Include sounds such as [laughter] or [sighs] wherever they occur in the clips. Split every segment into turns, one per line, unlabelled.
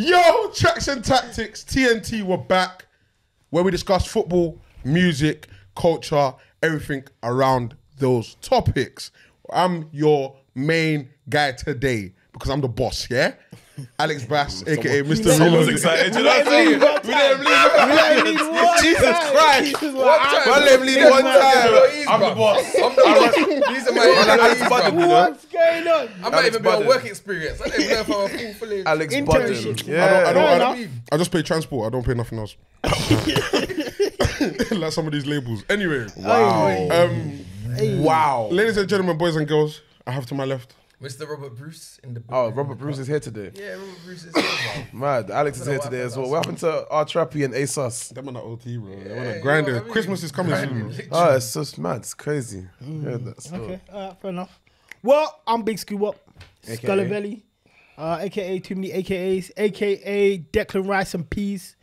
Yo, Tracks and Tactics, TNT, we're back where we discuss football, music, culture, everything around those topics. I'm your main guy today because I'm the boss, [laughs] yeah? Alex Bass, aka Mr.
Someone's
Reloaded.
excited. You know what I'm saying? We didn't [laughs] leave one time.
Jesus Christ.
One time.
Well, let me leave
This
one
man
time.
said, "Look, I'm the boss.
I'm not even, these are my Alex Budden, you know?
What's going on?
I'm not even
Budden.
been on work experience. I don't even know if I'm a full fledged.
Alex
Internship.
Budden.
I don't, I, don't, I,
Fair
don't, I just pay transport, I don't pay nothing [laughs] else. like some of these labels. Anyway,
Wow.
um,
Wow.
ladies and gentlemen, boys and girls, I have to my left.
Mr. Robert Bruce in the book.
Oh, Robert Bruce is here today.
Yeah, Robert Bruce is here.
[laughs]
bro.
Mad. Alex is
I don't
here
know
today
why I
as
thought
well.
that
What happened to our Trappy and ASOS?
Them on the OT, bro. Them on
Yeah,
the
you
grinding.
know what I mean?
Christmas is coming soon. bro.
Literally.
Oh, it's just mad. It's crazy. Yeah, that's
Hmm. Okay,
uh,
all right, fair enough. Well, I'm Big Scoop Up, Scullavelli, uh, aka Too Many AKAs, aka Declan Rice and Peas.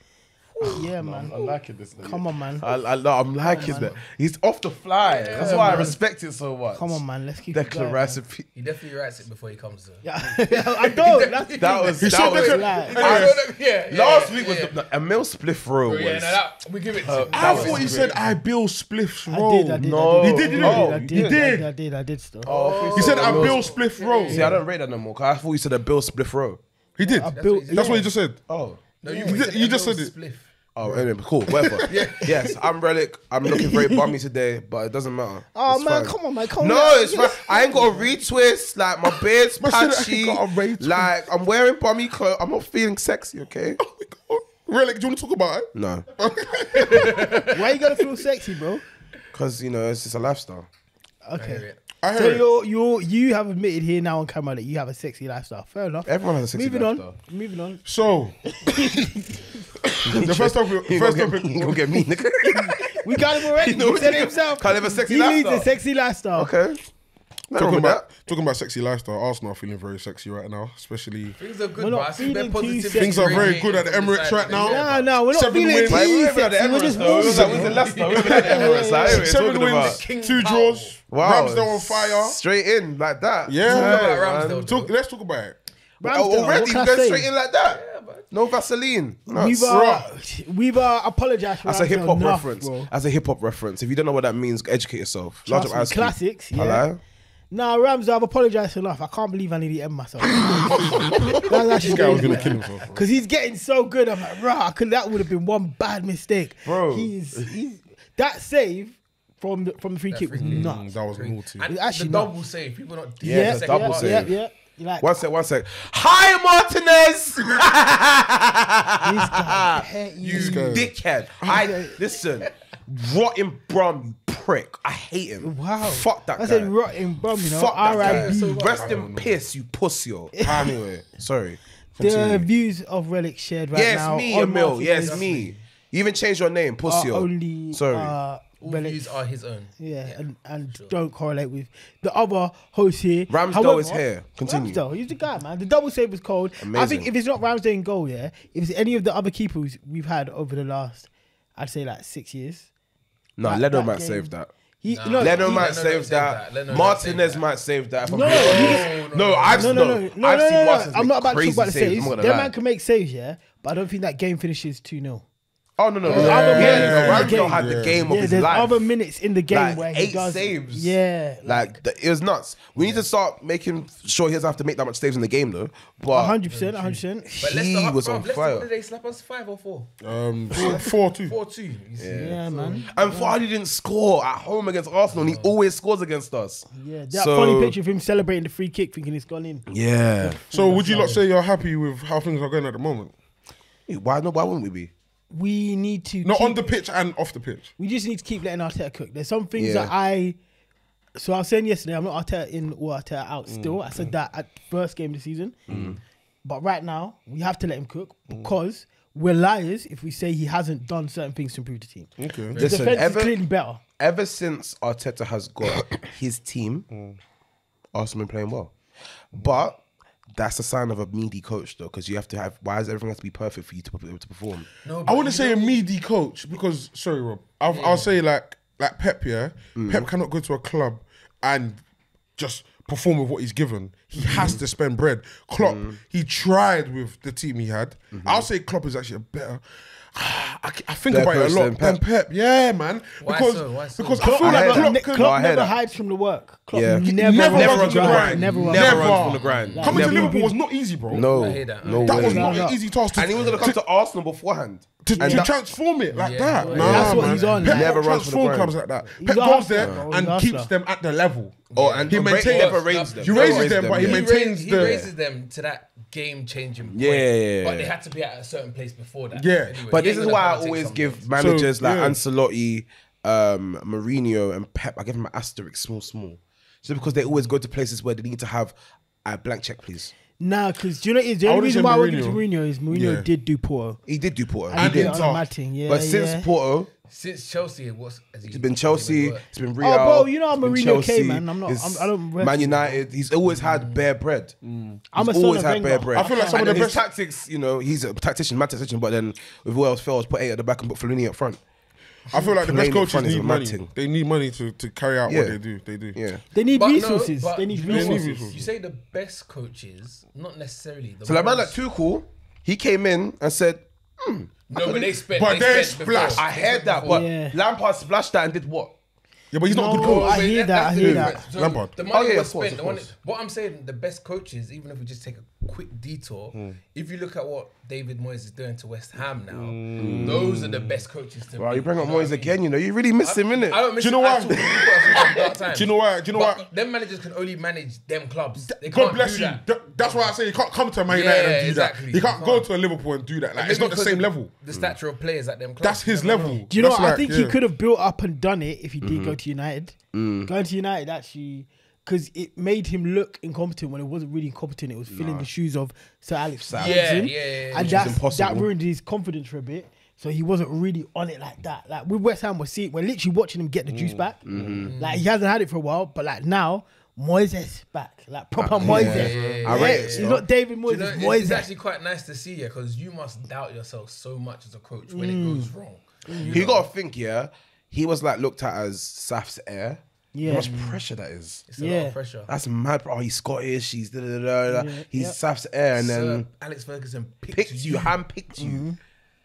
Yeah, man.
I'm liking this. nigga.
Come on, man.
I, I, no, I'm liking that. He's off the fly. That's why I respect it so much.
Come on, man. Let's keep it
Declan
going.
Rice. and P-
He definitely writes it before he comes. Though.
Yeah, [laughs] I don't. That's the
That
thing.
was.
He
that
showed
was-
Declan-
Like,
I don't know- yeah, yeah,
Last
yeah,
week
yeah.
was the, Emil Spliff row.
Bro, yeah, no,
was-
that, we give it to him.
that
Uh, I
was
thought you said I bill spliffs
I did, I
roll.
did,
No.
I
He
did,
did,
you
know?
I did,
You
I
did.
did, I did, I did still.
Oh,
He said I
Bill.
bill spliff roll.
See, I don't rate that no more. 'cause I thought you said a Bill Spliff row.
He did.
Bill-
That's what he just said.
Oh.
No, you,
You
said
ju- you
a
just
little
said it.
spliff.
Oh, anyway, cool. Whatever. Yes, I'm Relic. I'm looking very bummy today, but it doesn't matter.
Oh,
It's
man,
fine.
come on, man. Come on.
No,
man.
it's fine. I ain't got a retwist. Like my beard's
Man said I ain't
patchy.
got a retwist.
Like I'm wearing bummy clothes. I'm not feeling sexy. Okay.
Oh, Relic, do you want to talk about it?
No,
[laughs] Why you gotta feel sexy, bro?
because you know it's just a lifestyle.
I hear
Okay.
it.
I
So
heard.
you're, you're, you have admitted here now on camera that you have a sexy lifestyle. Fair enough.
Everyone has a sexy
moving
lifestyle.
on. Moving on.
So, [laughs] the first topic.
You
First
gonna get, you gonna
topic.
get me, nigga.
We got him
[laughs]
already.
You know
he
what
said
you
it himself.
can't have a sexy
he
lifestyle.
needs a sexy
[laughs]
lifestyle.
okay. Nothing wrong
Talking
with that.
about, talking about sexy lifestyle, Arsenal are feeling very sexy right now, especially
Things are
We're
good, bro.
not
I see their
feeling too
positive.
sexy.
Things are very
ratings
good at the
on
Emirates
side,
right
like,
now.
No,
yeah,
no, we're not
Seven
feeling
wins.
too
Why
Wait, we're at the
sexy. We're
Emirates
just
though. We was at- we
ballsy.
was at
[laughs]
Leicester. We was at the Emirates. Like, anyway,
seven
talking
wins,
about-
King
two
Power.
draws.
Wow.
Ramsdale on fire.
Straight in like that.
Yeah.
Talk about
man.
Ramsdale,
Talk, let's talk about it.
Ramsdale,
Oh,
what
already
can I
you going
say?
straight in like that.
Yeah, man.
No Vaseline. No,
We've uh, we've uh, apologized. for
That's a
Ramsdale
hip hop
enough,
reference.
bro.
That's a hip hop reference. If you don't know what that means, educate yourself. Large
Trust
up
me,
Ice Cube.
classics, yeah.
Hello?
Nah, Ramsdale, I've apologized enough. I can't believe I nearly end myself. That's actually
This guy was
crazy,
gonna
man.
kill himself. bro.
Cause he's getting so good. I'm like, rah, I could that would have been one bad mistake,
Bro.
He's, he's that save from the, from the free kick was nuts.
That was naughty.
And
Actually,
the
no.
double save. People not.
Yeah,
Yeah,
the
second
double
part.
save.
yeah, yeah. You're Like,
One sec, one sec. Hi, Martinez! [laughs]
[laughs] this guy, hate you.
you dickhead. I listen, rotten brum prick. I hate him.
Wow.
Fuck that
I
guy.
said rotten bum, you know.
Fuck that guy.
R.I.P.
Rest in piss, you
[laughs]
pussio. anyway, sorry.
The
Continue.
views of Relic shared right
Yes,
now.
me,
on
Emil.
Martinez
Yes, me. You even changed your name,
Are
pussio.
only
sorry.
Uh,
All
Relic-
views are his own.
yeah, and, and don't correlate with the other host here.
Ramsdale
However,
is here. Continue.
Ramsdale, he's the guy, man. The double save was cold. I
Amazing.
think if it's not Ramsdale in goal, yeah, if it's any of the other keepers we've had over the last, I'd say like six years.
no,
that-
Leno
that
might
game-
save that.
He, no,
Leno
he-
might
Leno
save
don't save
that.
that. Leno don't
Martinez
save that.
might save that. if I'm
No,
being
no,
honest.
he
just-
no, I've
No,
no,
no, no, no,
I've
no,
seen
no, no.
Martinez
I'm
make
not about to
crazy
talk about the
saves.
saves.
I'm not
That
gonna lie.
man can make saves, yeah, but I don't think that game finishes 2 0.
Oh no, no, no.
other
Yeah,
players
yeah,
in the
Ramsdale
game.
had the
Yeah.
game of
Yeah,
his
there's
life.
other minutes in the game
Like,
where
eight
he does
saves.
Yeah, like
Like the, it was nuts. We need to start making sure he doesn't have to make that much saves in the game though. But
100, 100.
But
He
Leicester, up
was
front,
on
Leicester,
fire.
What did they slap us? Five or four?
Um, four two.
Four two. you see.
Yeah, man.
and Vardy didn't score at home against Arsenal. and He always scores against us.
Yeah, that
So-
funny picture of him celebrating the free kick, thinking it's gone in.
Yeah.
So would you lot say you're happy with how things are going at the moment?
Hey, Why no? Why wouldn't we be?
We need to.
Not
keep,
on the pitch and off the pitch.
We just need to keep letting Arteta cook. There's some things
Yeah.
that I. So I was saying yesterday, I'm not Arteta in or Arteta out. Still, I
Mm.
said that at first game of the season. But right now, we have to let him cook because we're liars if we say he hasn't done certain things to improve the team.
Okay.
The
Mm. Listen,
defense
ever-
is clearly better.
ever since Arteta has got his team, Arsenal been playing well. But that's a sign of a meaty coach, though, because you have to have. Why does everything have to be perfect for you to be able to perform?
No,
I
but
wouldn't
you
say a
know-
meaty coach because sorry, Rob.
Mm.
I've, I'll say like like Pep. Yeah, Pep cannot go to a club and just perform with what he's given. He
Mm-hmm.
has to spend bread. Klopp, he tried with the team he had.
Mm-hmm.
I'll say Klopp is actually a better. [sighs] I, I think
Better
about it
coach
a lot.
than
Than
Pep.
Pep. yeah, man.
Why
because
so? Why so?
because I
Klopp,
feel
I
like
heard
Klopp,
that.
can-
No, I
Klopp
hear
never
that.
hides from the work. Klopp
Yeah.
never,
Never
runs
runs
from the grind. Never runs
Never
from the
runs from
grind.
the grind.
coming
Never.
to Liverpool was not easy, bro.
No,
I hear that.
no
That
that
way.
was not
No,
an
no.
easy task. To,
and he was gonna come to, Arsenal beforehand.
to,
and
to
that-
transform it like
Yeah.
that.
Yeah.
Nah,
That's what
man.
he's on,
Pep
like.
Never runs from
transform
the grind.
clubs like that.
He's
Pep
a
goes
hustler,
there
bro. He's
and
a
keeps
hustler.
them at the level.
Oh, and
He
and
maintains-
Brady never
He
raised them.
raises them, but he
yeah.
maintains-
raises, he
the-
raises them to that game changing point.
Yeah, yeah, yeah,
But they
yeah.
had to be at a certain place before that.
Yeah.
But
He
this
ain't
is
gonna
why I
politic
always
some
give
days.
managers like
yeah.
Ancelotti, um, Mourinho, and Pep. I give them an asterisk, small, small, just because they always go to places where they need to have a blank check, please.
Nah, because do you know what it is? the only
wouldn't
reason
say
why I went to
Mourinho.
Mourinho is Mourinho
Yeah.
did do Porto.
He did do Porto,
And
he
he
did.
did it on a mad thing, yeah,
but since
yeah.
Porto,
since Chelsea, what's has he
it's been Chelsea,
worked?
it's been Real.
Oh, bro, you know how
it's been
Mourinho
Chelsea,
came, man. I'm not-
it's
I'm- I don't rest-
Man United. He's always had bare bread.
Mm. I'm a
he's
son
always
of
had
Wenger.
bare bread.
I feel like some
And
of the
then his
best-
tactics. You know, he's a tactician, mad tactician. But then with who else fails, put eight at the back and put Fellini up front.
I feel like the best
Playing in
coaches
front is a
need
mad
money.
thing.
They need money to, to carry out
Yeah.
what they do. They do.
Yeah.
They need
But no,
resources.
but
they need
you know what?
resources.
resources.
You say the best coaches, not necessarily. The
So like man like
ones-
Tuchel, he came in and said, "Hmm,
No, but they spent.
But they
spent
splashed.
before.
I heard that, but
Yeah.
Lampard splashed that and did what?
Yeah, but he's not a good
No,
coach.
Oh, I hear that, I hear that.
Lampard.
The money
Oh, yeah,
was
of course,
spent.
of
the one-
course.
what I'm saying, the best coaches, even if we just take a quick detour,
Hmm.
if you look at what David Moyes is doing to West Ham now,
Hmm.
those are the best coaches to
Wow,
me,
you bring up
know what
Moyes
I mean?
again, you know, you really miss him, innit?
I don't miss
Do you know
him
why?
at all. He put us in
[laughs]
some dark times.
Do you know why- do you know
But
why-
Them managers can only manage them clubs. They
God
can't
bless
do
you.
that.
Th- That's why I say you can't come to Man
Yeah,
United and do
exactly.
that. You can't
You
go
can't.
to a Liverpool and do that. Like,
Maybe
it's not the
because
same
of
level.
The stature of players at them clubs.
That's his
you never
level.
know.
Do you know?
That's
what? I
like,
think
yeah.
he could have built up and done it if he did
Mm-hmm.
go to United.
Mm.
Going to United actually, because it made him look incompetent when it wasn't really incompetent. It was filling the shoes of Sir Alex Ferguson,
yeah, yeah, yeah.
and
Which is
that's, that
impossible.
ruined his confidence for a bit. So he wasn't really on it like that. Like with West Ham, we're seeing we're literally watching him get the
Mm.
juice back.
Mm-hmm.
Like he hasn't had it for a while, but like now. Moises back, like
Ah,
proper Moises.
I rate it,
He's
though.
not David
Do
Moises.
you know, it's,
Moises.
it's actually quite nice to see you because you must doubt yourself so much as a coach when
Mm.
it goes wrong.
You gotta think, yeah. He was like looked at as Saf's heir. Yeah.
Yeah.
How much pressure that is.
It's a lot
Yeah.
of pressure.
That's mad, bro. Oh, he's Scottish, he's da da da da. da.
Yeah.
He's
Yep.
Saf's heir and
So,
then
Alex Ferguson picked,
picked
[laughs]
you, hand picked you.
Mm-hmm.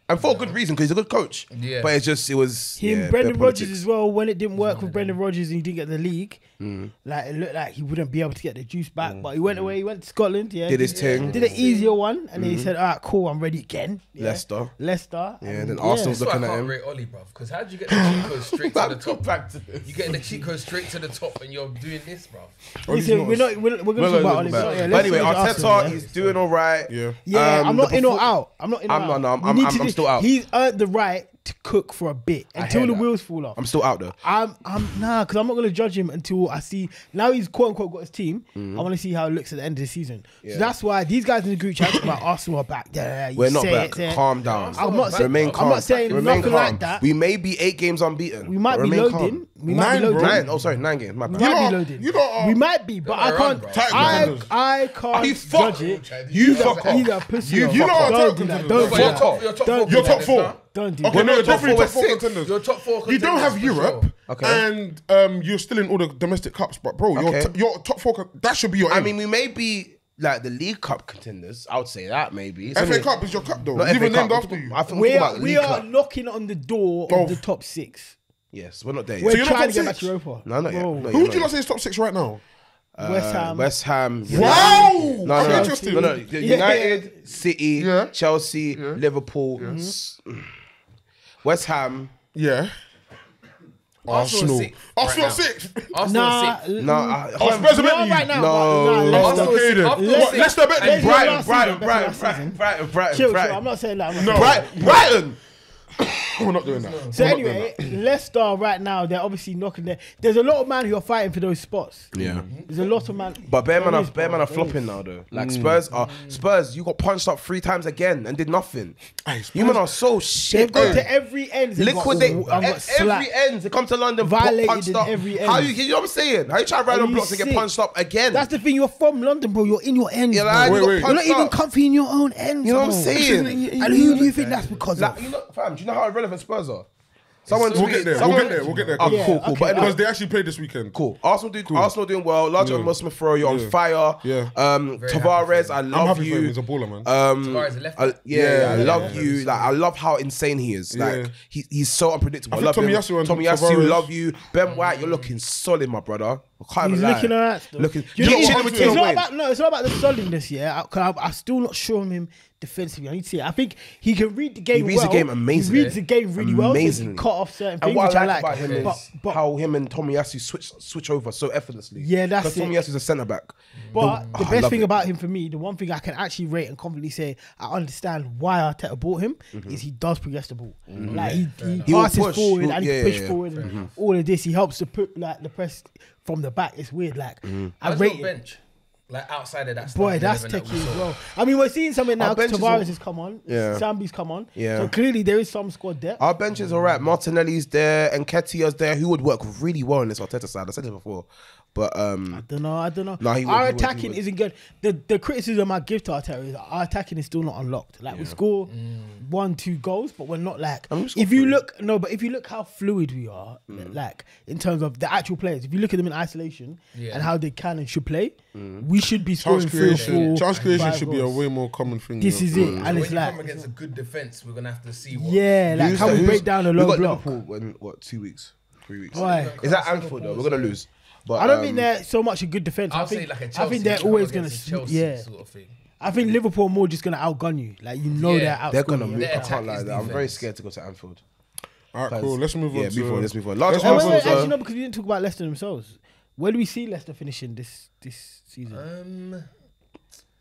And for a good reason, because he's a good coach.
Yeah.
But it's just it was
Him,
yeah,
Brendan
bare
Rodgers
politics.
as well. When it didn't work with Brendan Rodgers and he didn't get the league,
Mm.
like it looked like he wouldn't be able to get the juice back. But he went away. He went to Scotland. Yeah,
Did his thing. Mm-hmm.
Did an easier one, and then he said, "All right, cool, I'm ready again." Yeah.
Leicester.
Leicester.
Yeah, then Arsenal's
That's why I
looking at
can't
him.
rate Oli, bruv. Because how do you get
[laughs]
the Chico straight to the
Go
top?
back to this.
You get the Chico straight to the top, and you're doing this, bruv.
Listen, we're not. We're,
No,
we're gonna
no,
talk
no,
about
no,
Oli. but yeah,
but
let's
anyway,
go to
Arteta,
Arsenal, yeah.
he's doing all right.
Yeah.
Yeah,
Um,
I'm not
the
in or
perfor-
out. I'm not in or
I'm
out.
not- no, I'm-
We
I'm-
need
I'm-
to
I'm
do-
still out.
He's earned the right to cook for a bit until
hear
the
that.
wheels fall off.
I'm still out though.
I'm, I'm nah, because I'm not gonna judge him until I see. Now he's quote unquote got his team. I want to see how it looks at the end of the season. So that's why these guys in the group chat talk about Arsenal are back. Yeah, yeah, you
We're not
say
back.
it, say it.
Calm down.
I'm not saying-
remain
I'm
calm.
not saying
remain
nothing
calm.
like that.
We may be eight games unbeaten.
We might
but
be
remain
loading.
calm.
We might
Nine,
be loading.
bro.
Nine. Oh, sorry, nine games. My
We
bad.
You
might
lot-
be loading.
you lot are-
we might be, but I
They're
can't.
around, bro.
I,
Tight
I
Are
can't
you fuck-
judge it.
You
He's a-
fuck off.
He's a pussy.
You
off.
fuck off.
Don't do that. Don't
But
do
you're
that.
top-
you're top
Don't
four
do
You're
that.
top four.
Don't do
Okay,
that.
no, you're
top
definitely
four,
top four
we're six.
contenders.
You're top four
You don't
contenders
have
for
Europe,
sure.
Okay.
and um, you're still in all the domestic cups. But bro,
Okay.
you're, t- you're top four. Con- that should be your.
I
aim.
mean, we may be like the League Cup contenders. I would say that maybe. It's
FA
only-
Cup is your cup though.
Not
It's
FA
even named
Cup.
after you.
I think
We
we're
are,
about
we
League
are
Cup.
knocking on the door
Golf.
of the top six.
Yes, we're not there
We're
yet.
you're not
trying
top
to get back
six?
to Europa.
No, not yet.
Bro,
No,
Who
you're
would you
not.
lot say is top six right now?
West
Uh,
Ham.
West Ham.
Wow,
United.
I'm
No,
interested.
no, no, no.
Yeah.
United, City,
Yeah.
Chelsea, Liverpool, s- West Ham.
Yeah.
Arsenal
Arsenal. Arsenal
six right now.
six.
Arsenal
Nah,
are sick.
No,
Mm.
I,
Oh, Spurs are
We are
better
right
than
now.
you.
No,
but- nah,
Arsenal
Leicester-
Okay
six.
then.
After
What?
six.
Leicester better than
Leicester-
Brighton.
Brighton,
last
Brighton, Brighton,
season, last
Brighton,
season.
Brighton, Brighton,
Chill, chill. I'm
Brighton.
not saying that. I'm not
No.
saying that.
Brighton, Brighton.
We're not doing that.
So anyway, Leicester right now they're obviously knocking there. There's a lot of man who are fighting for those spots.
Yeah.
There's a lot of man.
But bare man
There
are
is,
bare
bro. Mm.
man are
There
flopping
is.
now though. Like Spurs are Spurs. You got punched up three times again and did nothing.
Aye,
You man are so shit.
They've gone
bro.
to every end. They've got-
liquidate
I've got
ev-
slapped.
e-, every end. They come to London,
Violated
punched
in
up.
every
How
end.
you? You know what I'm saying? How you try to ride
Are
on
you
blocks and get
sick?
punched up again?
That's the thing. You're from London, bro. You're in your ends.
Yeah,
bro.
like,
Wait,
you got
wait.
You're not
punched
even
up.
comfy in your own ends.
You know what I'm
bro.
saying?
And who do you think that's because
Like,
of?
you know, fam, do you know how irrelevant Spurs are? Someone
We'll get there. We'll
someone-
get there. We'll get there.
Oh,
Yeah,
cool, cool.
okay.
But anyway,
Because they actually played this weekend.
cool. Arsenal doing Arsenal doing well. Large on Smith Rowe, you're on fire.
Yeah.
Um,
Very happy
Tavares,
for
I
I'm
love
happy for him.
you.
He's a baller, man.
Um,
Tavares, the left
I-
back.
yeah,
Yeah,
I
yeah,
love
yeah.
you. Like I love how insane he is. Like
Yeah.
he, he's so unpredictable.
I
I,
think
love him.
Tomiyasu and
Tomiyasu,
Tavares-
love you. Ben White, you're looking solid, my brother. I can't
He's
even lie.
looking alright. still.
Looking.
Do you know
You're
what-
chilling with
it's
Taylor
not
Wayne.
about no, it's not about the solidness. Yeah, I, 'cause I, I'm still not sure on him defensively. I need to see. It. I think he can read the game.
reads the
well.
game amazingly.
He reads the game really well. So he
Amazingly.
can cut off certain
And
things,
what
which
I like, about
I
him is
like. But, but
how him and Tomiyasu switch switch over so effortlessly.
Yeah, that's it.
Tomiyasu's a centre back.
But
Oh,
the
I
best
love
thing
it.
about him for me, the one thing I can actually rate and confidently say I understand why Arteta bought him
Mm-hmm.
is he does progress the ball. Like he, he,
He will
passes
push.
forward
He'll-
and he
yeah,
can push
yeah, Mm-hmm. yeah.
forward and all of this. He helps to put like the press from the back. It's weird. Like I
Mm-hmm.
How's
rate
your
him.
bench? Like outside of that.
Boy,
starting
that's
11 that
techie
we
as
saw.
well. I mean, we're seeing something now.
Our bench is all-
Tavares has come on.
Yeah.
Sambi's come on.
Yeah. Ah.
So clearly there is some squad depth.
Our bench is all right. Martinelli's there, and Ketia's there, who would work really well in this Arteta side. I said it before, but um,
don't know. I don't know.
No, he would,
our
he would, he
attacking
would.
isn't good. The the criticism I give to Arteta is our attacking is still not unlocked. Like we score one, two goals, but we're not like.
Mm. And we score
If you
three. Mm.
look, no, but if you look how fluid we are, like in terms of the actual players, if you look at them in isolation
Yeah.
and how they can and should play,
Mm.
we should be scoring
Chance
three or
creation.
four.
Chance creation
five
should be a
goals.
way more common thing.
This
you know.
Mm.
is it,
When
and it's
you come
like,
against a good defense, we're gonna have to see. What
yeah, like
who's
how
the-
we
who's-
break down a
we
low
got
block.
Liverpool in what two weeks, three weeks?
Why?
Is that Anfield though? We're gonna lose. But
I don't
um,
think they're so much a good defense.
I'll
I think,
say like a Chelsea.
I think they're
you come
always going to,
against a Chelsea
yeah.
sort of thing.
I think Liverpool are more just going to outgun you. Like you know
Yeah,
they're
They're
outgun
gonna
you.
move.
Their
I
attack
can't lie.
is
though. I'm very
defense.
scared to go to Anfield.
All right, cool. Let's move on.
Yeah,
to,
move on, let's move on.
Let's
Last-
move
Oh, wait,
on
Arsenal-
wait,
Arsenal's,
to-
uh,
actually, no, because we didn't talk about Leicester themselves. Where do we see Leicester finishing this this season?
Um,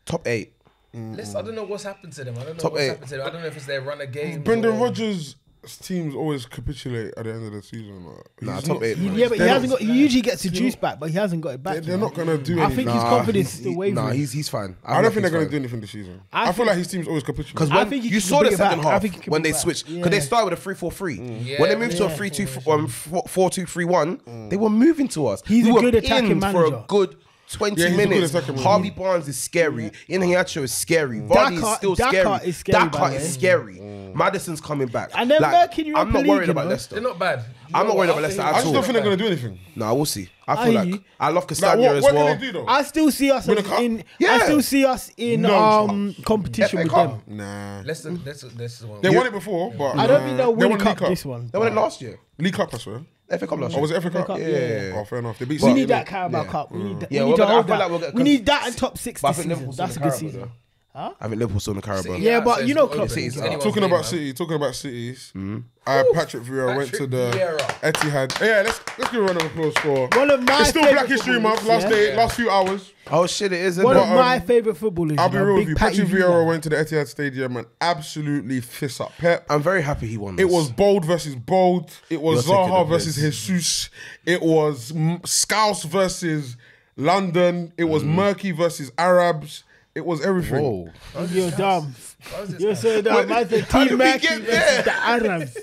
Top eight.
let's. I don't know what's happened to them. I don't know
Top
what's
eight.
happened to them. I don't know if it's their run of games.
Brendan
or-
Rodgers' teams always capitulate at the end of the season. Like.
Nah,
He's
top
not-
eight,
he's-
man.
yeah, but he
they're
hasn't
not-
got. He usually gets the juice back, but he hasn't got it back.
They're,
you
they're
know?
not gonna do anything.
I think his confidence is still wavering.
Nah, he's he's fine.
I don't think they're going to do anything this season. I, feel
think-
like his team's always capitulate.
Because
I
when
think he
you
can
saw
bring
the
it back.
second
I
half
think he can
when
bring
they
it back.
switched, because
Yeah.
they started with a 3 4
Mm.
3.
Yeah,
When they moved to
yeah. Mm.
a 3 2 um, 4 4 2 3 1, they were moving to us.
He's
we
a
were
good attacking
pinned for
manager.
a good 20
Yeah, he's a good
minutes.
attacking manager. Mm.
Harvey Barnes is scary. Inhiacho is scary. Vardy
Dakar-
is still
Dakar
scary.
Mm. is scary, by
Dakar
the
is
way. Mm.
scary. Madison's coming back.
And they're
Like,
making Europa
I'm not
League,
worried
you
about
know.
They're
Leicester.
not bad.
I'm not worried about
After
Leicester
him-
at
I just
all.
don't think they're going to do anything.
No, we'll see.
I
I feel
hear
like
you.
I love
Like,
Castagna
what
as
what
well.
can they do though?
I still see us
Win a
as
cup?
in. I
Yeah.
still see us in
No
um competition
FA
with
Cup.
them.
Nah,
Leicester, Leicester, Leicester won.
they won it before, but
I don't think
nah.
they'll
They
win
won
cup,
League Cup
this one.
They won it last year.
League Cup, I swear.
FA Cup last
Or
year.
Oh, was it FA Cup?
Cup,
yeah.
Oh, fair enough. They beat.
We
City.
need that Carabao
yeah.
Cup. We need that.
Yeah,
we
we're
need to
gonna- I
hold
feel
that.
like we're gonna-
we need that and top six
But I
this
think
season.
Liverpool's
That's
in
a
the
good
Carabao,
season. Huh?
I think Liverpool still in the Carabao.
City
Yeah,
out,
but
so
you know
it's
Klopp-
open.
City's
Anyone's
out.
Talking
game,
about
man.
City, talking about cities.
Mm-hmm.
Uh, Patrick Vieira went to
Patrick
the
Vieira.
Etihad. Oh, Yeah, let's let's give a round of applause for.
One of my
it's still
favourite
Black History
footballers,
Month. Last
yeah.
day, last few hours.
Oh shit, it is. isn't
One
it?
of my favorite footballers.
um, I'll be
know,
real with
big
you.
Patty
Patrick
Vieira.
Vieira went to the Etihad Stadium and absolutely fist up Pep.
I'm very happy he won.
It
this.
was bold versus bold. It was
You're taking
Zaha
the
versus Jesus. It was M- Scouse versus London. It was Murky versus Arabs. It was everything.
Mm. Whoa.
You're
[laughs]
dumb.
is this
You're so dumb. Man said Team Mackey
get
versus
[laughs]
the Arabs.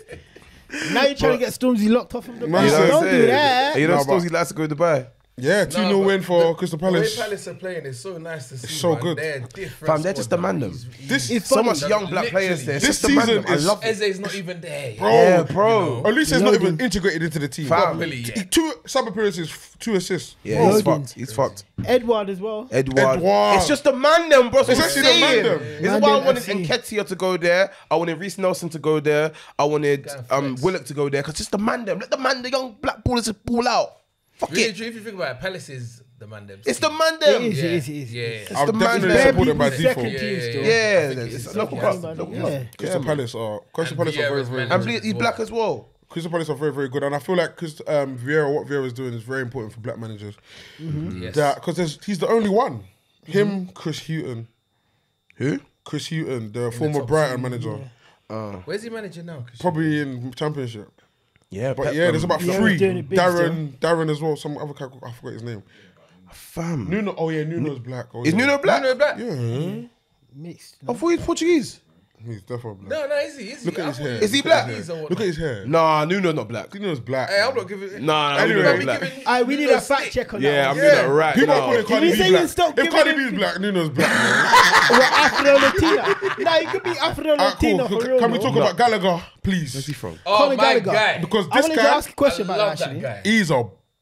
Now you're trying to get Stormzy locked off of the
Man
bench.
said-
Don't do
You
that.
know,
No,
suppose
but-
he likes to go to Dubai.
Yeah, 2 0
but
win for
the-
Crystal
The
Palace.
way Palace are playing is so nice to see.
so
man.
good.
They're different.
Fam, they're just
squad,
a
man.
man them.
He's-
This-
he's-
It's
So
funny.
much young black players there. It's
This
just a man
season
them. I
is-
love it.
Eze's not even there.
Bro,
Yeah, bro.
At least he's not even
Loading.
integrated into the team.
Fam.
Properly, yeah.
Two sub appearances, f- two assists.
Yeah,
Bro,
he's
Loading.
fucked. He's fucked.
Edward as well.
Edward.
Edouard.
It's just a man them, bro. It's
actually the man them.
This
Man
is why I
them, I
wanted
see.
Enketia to go there. I wanted Reese Nelson to go there. I wanted
Gotta
um,
flex.
Willock to go there. Because just the man them. Let the man, the young black ballers just ball out. Fuck
Really,
it.
if you think about it, Palace is the man them.
It's the man
It
them.
is, it is, it is.
Yeah,
it is.
yeah.
It's
I've
the man
definitely
them.
supported by
Baby's
default.
second team still.
Yeah, I
Yeah,
think it
it's
is.
a local
Yeah.
club.
Everybody,
Local
yeah.
club.
Crystal Palace are Crystal
And
Palace are very,
Vieira's
very
man.
And
good.
ble- he's black as well.
Crystal Palace are very, very good, and I feel like Chris, um, Vieira, what Vieira is doing is very important for black managers.
Yes.
That because he's the only one. Him, Chris Houghton,
Who?
Chris Houghton, the former Brighton manager,
Where's he managing now? Christian?
probably in Championship.
Yeah,
But yeah, there's about
Yeah,
three.
he's doing it big
Darren, Darren as well. Some other guy, I forgot his name.
fam.
Nuno. Oh yeah, Nuno's black. Oh,
Is
yeah.
Nuno black?
Nuno Black.
Yeah.
Mixed.
I thought he's Portuguese.
He's definitely black.
No, no, is he? Is he?
Look
I
at his
thought
hair.
he was
Is he
Look
black?
at his
Chinese or
hair. Look
whatnot.
at his hair.
Nah, Nuno's not black.
Nuno's black.
Hey, I'm not
Nah,
giving.
nah,
Anyway,
Nuno's
we
black.
giving-
Aye, we need a
Nuno's
fact
thick.
check on
Yeah,
that.
I'm
one.
doing that right
People are
now.
calling Cardi
we say
B
you
black.
stop
If Cardi
giving
B is black, Nuno's black.
We're Afro Latina. Nah, you could be Afro
Ah, cool.
Latina for real.
Can we
no?
talk about Gallagher, please?
Where's he from?
Oh
Conor
my
Gallagher.
guy.
Because
I
this
wanted to
guy,
ask a question
I
about
love
that actually.
that guy.
he's a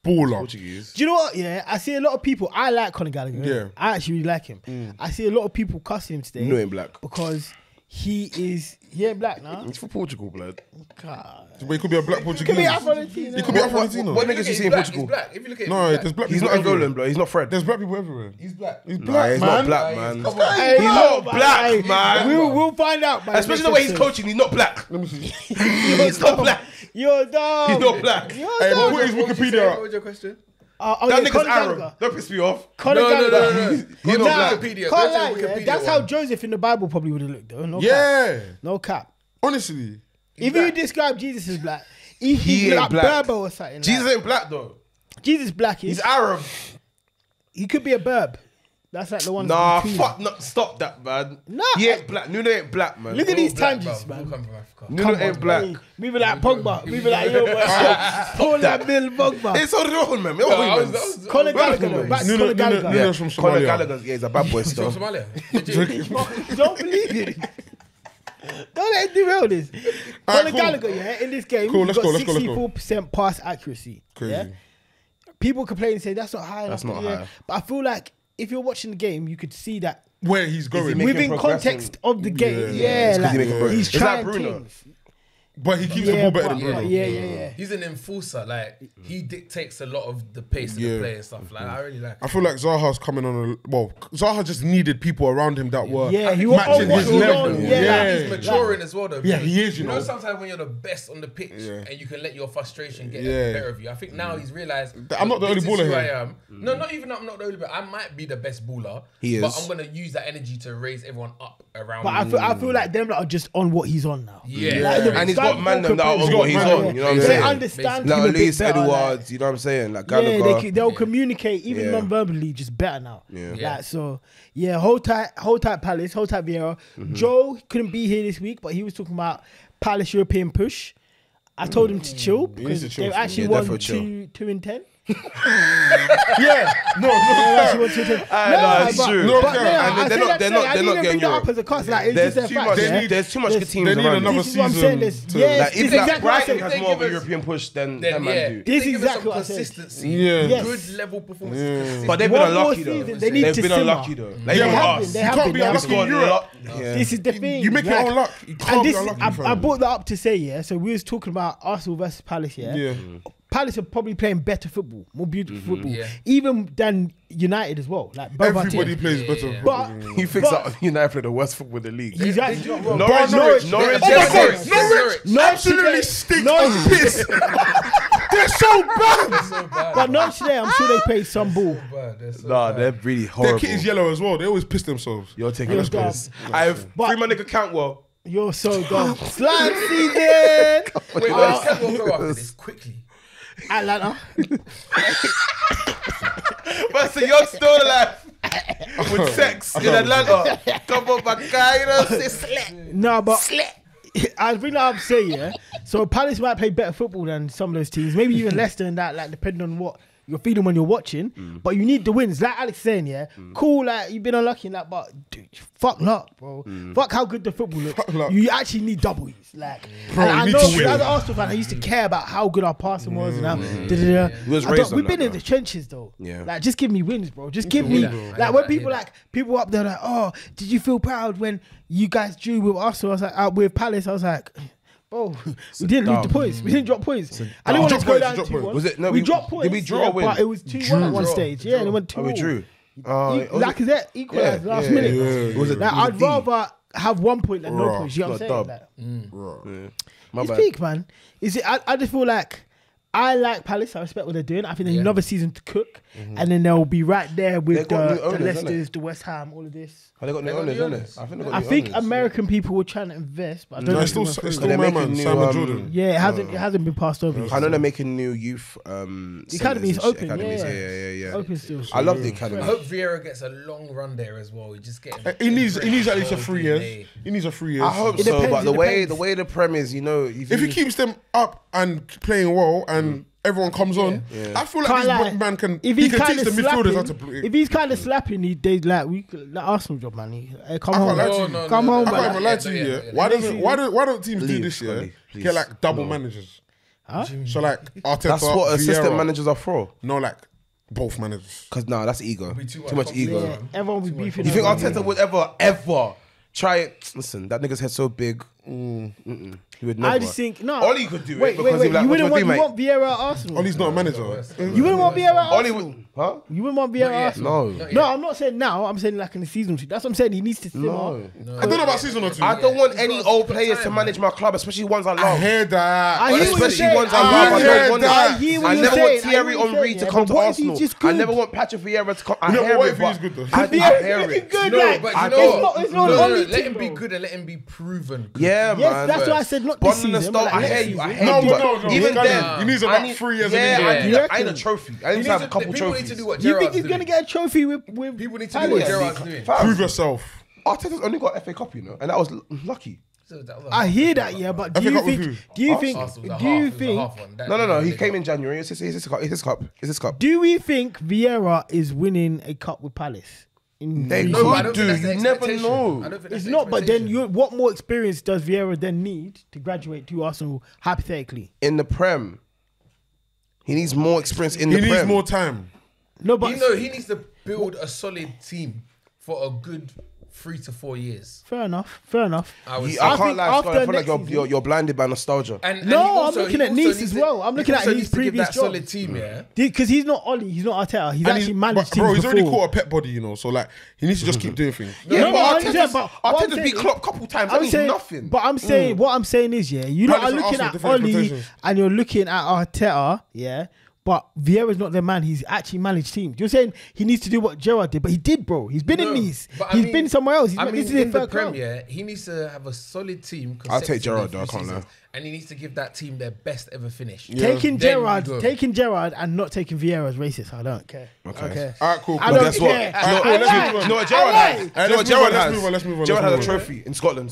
baller.
Portuguese.
Do you know what? Yeah, I see a lot of people. I like Colin Gallagher.
Yeah.
I actually really like him.
Mm.
I see a lot of people cussing him today.
No, in black.
because he is yeah black now.
He's from Portugal, blood.
God.
But he could be a black Portuguese.
Could be Afro Latina.
He could be
What-
Afro
what-
Latino.
what
If you
niggas
look
you
at
see in
his black,
Portugal?
He's black. If you look at
No,
his
there's black
He's
people
not
everywhere.
Angolan, blood. He's not Fred.
There's black people everywhere.
He's black.
He's
Nah,
black,
he's not
man.
black,
Nah, he's-
man.
come on. Hey,
He's not
no,
black,
hey,
man.
We'll, we'll find out. man.
Especially the way he's coaching, he's not black.
Let me
[laughs]
see.
He's not black.
You're dumb.
He's not black.
You're
Hey,
dumb.
put his
What would you say?
Wikipedia
What
up.
was your question?
Uh, oh,
That
yeah,
nigga's
Colin
Arab.
Gallagher.
Don't piss me off.
Colin
No, no,
Gallagher.
no, no.
He's
Go to
not black.
Can't
Wikipedia. Go
lie,
to
yeah,
Wikipedia.
That's how
one.
Joseph in the Bible probably would have looked though. No cap.
Yeah.
No cap.
Honestly.
If you describe Jesus as black, if
He
he's
ain't
like
black.
Berber or something.
Jesus
like,
ain't black though.
Jesus black
He's
is
Arab.
he could be a burb. That's like the one.
Nah, fuck, no, stop that, man.
Nah.
he ain't black. Nuno ain't black, man.
Look at these
Black,
tangents,
bro. We
man.
come from Africa.
Nuno ain't black.
We be like Pogba. We be like yo, bro. [laughs] Paul
that.
Bill Pogba.
It's all wrong, man. We're
No, I
all
was-
humans.
I was-
Colin
I was-
Gallagher, though. Back to
Nuno,
Colin
Nuno,
Gallagher.
Nuno's from
Conor
Somalia.
Gallagher, yeah, he's a bad boy
He's
still.
[laughs]
from [laughs]
[laughs]
Somalia.
Don't believe it. Don't let it derail this. Colin
cool.
Gallagher, yeah, in this game,
Cool,
he
let's
got
go, let's go, let's go.
64% pass accuracy.
Crazy.
Yeah? People complain and say that's not high.
That's
enough,
not
yeah.
high.
But I feel like if you're watching the game, you could see that
Where he's going.
making-
within
progress
context of the game.
Yeah.
It's
Yeah,
'cause he
like,
making progress.
he's
It's like
trying
Bruno.
things.
but he keeps the
Yeah,
ball better
but-
than Bruno.
yeah, yeah, yeah.
He's an enforcer. Like he dictates a lot of the pace of
Yeah.
the play and stuff. Like I really like.
I feel like Zaha's coming on a well. Zaha just needed people around him that were
Yeah, he was
matching
on
his
what he
level.
was on,
Yeah,
yeah, like,
He's maturing as well, though.
Yeah,
because
he is, you know.
sometimes when you're the best on the pitch
Yeah.
and you can let your frustration get
Yeah.
the better of you. I think now he's realised
That I'm not the
this
only
is
baller
who
here.
I am. No, not even I'm not the only. But I might be the best baller.
He is.
But I'm gonna use that energy to raise everyone up around.
But I
me.
feel, I feel like them lot are just on what he's on now.
Yeah.
Like, the
Um, And he's got
guys
man them that are
complain-
on
what he's
Yeah,
on,
yeah.
you know what I'm
They
saying?
understand
Like
him a bit
Elise
better, like-
Edwards, you know what I'm saying? Like
Yeah, they,
Gallagher.
c- they'll communicate even
Yeah.
non-verbally just better now.
Yeah.
Like,
Yeah.
so, yeah, hold tight, hold tight, Palace, hold tight, Vieira.
Mm-hmm.
Joe couldn't be here this week, but he was talking about Palace European push. I told him to chill
Mm.
because
to chill
they
still.
actually
Yeah,
won
definitely chill.
two, two in ten.
yeah. No,
They actually
no,
won two in ten.
Aye,
no,
Ah, nah, it's
but,
true.
But,
No, they're
no,
not-
I
they're
say
not-
that
they're
to
not-
say,
they're
I didn't
not getting
even bring that up
Europe.
as a cost. Like, it's
there's,
just a
too
fact,
much,
yeah?
there's too much
There's-
good teams
they need
around.
another
This is what I'm saying.
season
There's,
to-
yes,
Like,
this
if
is
like
exactly what I
Brighton
said.
has
They
more of a
give us-
European push than
Then
that man
yeah,
do.
This
They
is
give us
exactly what I
some
said.
consistency.
Yeah. Yes.
Good level performance.
Yeah.
But they've been
One more
unlucky though.
season, they need
have
to
been
simmer.
unlucky though. Like
They
even
have
us.
been, they
You
have
can't
been,
be
they have
unlucky
been.
in Europe.
This is the thing.
You make your
like-
own luck. You can't
And
be
this,
unlucky.
I,
fam.
I brought that up to say, yeah. So we was talking about Arsenal versus Palace, yeah.
Yeah. Mm-hmm.
Palace are probably playing better football, more beautiful football,
Yeah.
even than United as well. Like both our
Everybody
teams.
plays better.
Yeah.
But
You fix
But-
up United play the worst football in the league.
he's
They-
actually
they
not
do
wrong.
Bar
Norwich,
Norwich.
Norwich,
Norwich,
Norwich,
oh my
Norwich.
God,
Norwich.
Norwich
Norwich
absolutely
today-
stinks
Norwich-
of piss. They're so bad.
So
[laughs]
bad.
But not today. I'm sure they play some ball.
So bad. They're so
Nah,
bad.
they're really
Their
horrible.
kit is yellow as well. They always piss themselves.
You're taking
You're
a
dumb.
piss. I have
But-
three my nigga count well.
You're so
[laughs]
dumb. Slime season.
Wait, where does Ted Walker after this? Quickly.
Atlanta.
But so you're still alive with sex in Atlanta. Come on, my guy, you know what I'm saying?
No, but [laughs] I was bringing that up to say, yeah. So Palace might play better football than some of those teams, maybe even Leicester and that, like depending on what you're feeling when you're watching. But you need the wins. Like Alex saying, yeah, cool, like you've been unlucky in that, but dude, fuck luck, bro. Fuck how good the football looks.
Fuck luck.
You actually need doubles. Like
Bro,
and
you
I
need
know
to
as
win.
an Arsenal fan, I used to care about how good our passing was and how da, da, da.
We was
I don't-
raised on that,
We've been in
bro.
the trenches though.
Yeah.
Like just give me wins, bro. Just give me
win that. I
like
hear
when
that,
people
I hear
like people up there like, oh, did you feel proud when you guys drew with Arsenal? I was like, uh, with Palace, I was like, bro, [laughs] we didn't lose
dumb.
the points. We didn't drop points. I
dumb.
didn't want
Drop
to go
points,
down
drop
two
points.
one.
Was it- no,
we
we-
dropped
did
points.
we draw or
yeah,
win?
But it was two one at one
Draw.
stage. Yeah, and it went two.
Oh, we
all.
drew.
E-
Uh,
like is that equalised
Yeah,
last
yeah,
minute?
yeah, yeah. Was it-
like
was it
I'd
D?
rather have one point than no
Bruh,
points. You know what I'm
got
saying?
dubbed.
Like,
Right.
my
it's
bad.
peak, man. Is it? I, I just feel like I like Palace. I respect what they're doing. I think they need
Yeah.
another season to cook, and then they'll be right there with
Mm-hmm. They've got
the,
new owners,
the
haven't
Leicester's, the West Ham, all of this.
Have they got new
got
owners,
new
innit?
owners.
I think they got
I
new
think
owners.
American people were trying to invest, but I don't
No,
know.
it's
if
still,
it went
it's
through.
still
They're
my
making
man,
new,
Simon
um,
Jordan.
yeah, it hasn't it hasn't been passed over.
I know they're making new youth. Um,
The
centres
academy is
and shit,
open,
academies,
yeah.
yeah, yeah, yeah.
Open still.
I love the
I
academy.
hope Vieira gets a long run there as well. You just get him-
He needs he needs at least a
Oh,
three
DNA.
years. He needs a three years.
I hope
It
so,
depends,
but the
it
way
depends.
the way the prem is, you know, if,
if he keeps them up and playing well and
Mm.
everyone comes on, I feel like
Can't
this
lie.
man can
If
he
he's
can
kind
teach
of
the midfielders
slapping,
how to play.
if he's kind of slapping, he did like we that Arsenal job, man. He, eh, come
I can't
on,
lie
man.
to
No,
you.
no,
Come
no,
on,
I
no,
man.
can't
no,
even
no,
lie
no,
to
no,
you.
no,
Yeah.
no, no.
Why doesn't why do why don't teams do
Leave,
this? Yeah,
Scotty, please.
get like double managers. So like Arteta,
that's what assistant
Vieira.
managers are for.
No, like both managers.
Because nah, that's ego. Too
too
much,
much
ego.
Yeah, everyone will be beefing.
You think
over
Arteta would ever, ever try it? Listen, that nigga's head so big. Mm, Mm-mm. He would never.
I just think no.
Ollie could do it
Wait,
because
wait,
he'd be
wait.
like,
you
"What do
wouldn't want,
you
you
do,
want Vieira at Arsenal.
Ollie's not a manager.
you wouldn't want Vieira at Arsenal.
Ollie would, huh?
You wouldn't want Vieira at
yet.
Arsenal.
No.
Not
No,
yet.
I'm not saying now. I'm saying like in the season two. That's what I'm saying. He needs to simmer.
No.
I don't know about season or two.
I don't want
He's
any
got
old
time,
players to
man.
manage my club, especially ones I
I
love.
hear that.
I hear what you're
Especially
saying.
ones I
I
love. I
hear
don't want
that.
that.
I
hear what
I
you're
never
saying.
want
I hear
Thierry
what you're
Henry
saying,
to
yeah,
come
but
to
what if he's
Arsenal.
just
I
good?
never want Patrick Vieira to come. I
No, but
hear
what
it,
if
but
he's good though?
I,
Could
I
Vieira-
hear
if he's
it.
good,
No,
like,
but
I
you know
don't-
it's not. It's not
No,
the
no,
only
no, let
team,
him be
bro.
good and let him be proven. good.
Yeah,
Yes,
man.
that's
but-
why I said not
Bond
this
and the
season.
Star,
but,
I
like,
hear
next
you. I
season.
hear
No,
you.
but
but
no, no,
even
Scotty,
then,
he needs about
I need-
three years of
Yeah,
the game.
I need, I need a
Reckon.
trophy. I
He
need
needs
to have a
to-
couple
people
trophies.
need to do
You
what
think
Gerrard's
he's
doing.
gonna get a trophy with with
People need to do what
Palace?
Gerrard's doing.
Fam,
Prove yourself.
Arteta's only got FA Cup, you know, and that was l- lucky.
So that was a
I
half-
hear that, yeah, but do
think
you
up with
think?
who?
Do you think?
Arsenal was a
Do you
half- it was a
think?
half one. That-
No, no, no. He
that-
came in January. It's his, it's his cup. It's his cup. It's his cup.
Do we think Vieira is winning a cup with Palace? In
They
the-
No, but I
could
don't
do.
think that's
You
the
never
expectation.
know.
I don't think that's
it's
the
not, but then
expectation.
you, what more experience does Vieira then need to graduate to Arsenal hypothetically?
in the Prem. He needs more experience in
He
the
needs
Prem.
more time.
No, but
You know, he needs to build a solid team for a good three to four years.
fair enough, fair enough.
I would
You-
say.
I,
I
can't
think
lie, Scott, I
after
feel like
next
you're,
season-
you're, you're blinded by nostalgia.
And, and
No,
he
I'm
also-
looking
he
at
also
Nice
needs
as
to-
well. I'm
he
looking at
also
his
needs to give
previous
that
jobs.
solid team, yeah.
Because he's not Ollie, he's not Arteta. He's
And
actually
he's-
managed
but, bro,
teams
he's
before.
already caught a pet body, you know. So like, he needs to just keep doing things.
Yeah,
No,
but
no,
Arteta's,
yeah, but what I'm
Arteta's beat
saying-
Klopp a couple times. that
I'm
means
saying,
nothing.
but I'm
Mm.
saying what I'm saying is, yeah, you lot
Palace and
are looking
Arsenal,
at
different
Ollie
expectations.
and you're looking at Arteta, yeah. But Vieira's not the man. He's actually managed teams. You're saying he needs to do what Gerard did, but he did, bro. He's been in
No,
these. Mm. He's
but I mean-
been somewhere else. He's
I
not-
mean,
this is
in
his
the
first club.
Premier, he needs to have a solid team.
I'll take
consecutively
Gerrard,
through
though, I can't
seasons,
lie.
And he needs to give that team their best ever finish.
Taking
Then you
Gerard,
go.
taking Gerard, and not taking Vieira is racist. I don't care. Okay.
All right, cool.
I
cool.
don't
Guess
care.
what?
All
Yeah.
right,
I
cool, let's
lied.
move on.
No, Gerard has.
I lied.
All right,
No,
let's
Gerard
move on, let's
has.
move on, let's move on,
Gerard
let's
had a
move on.
trophy in Scotland,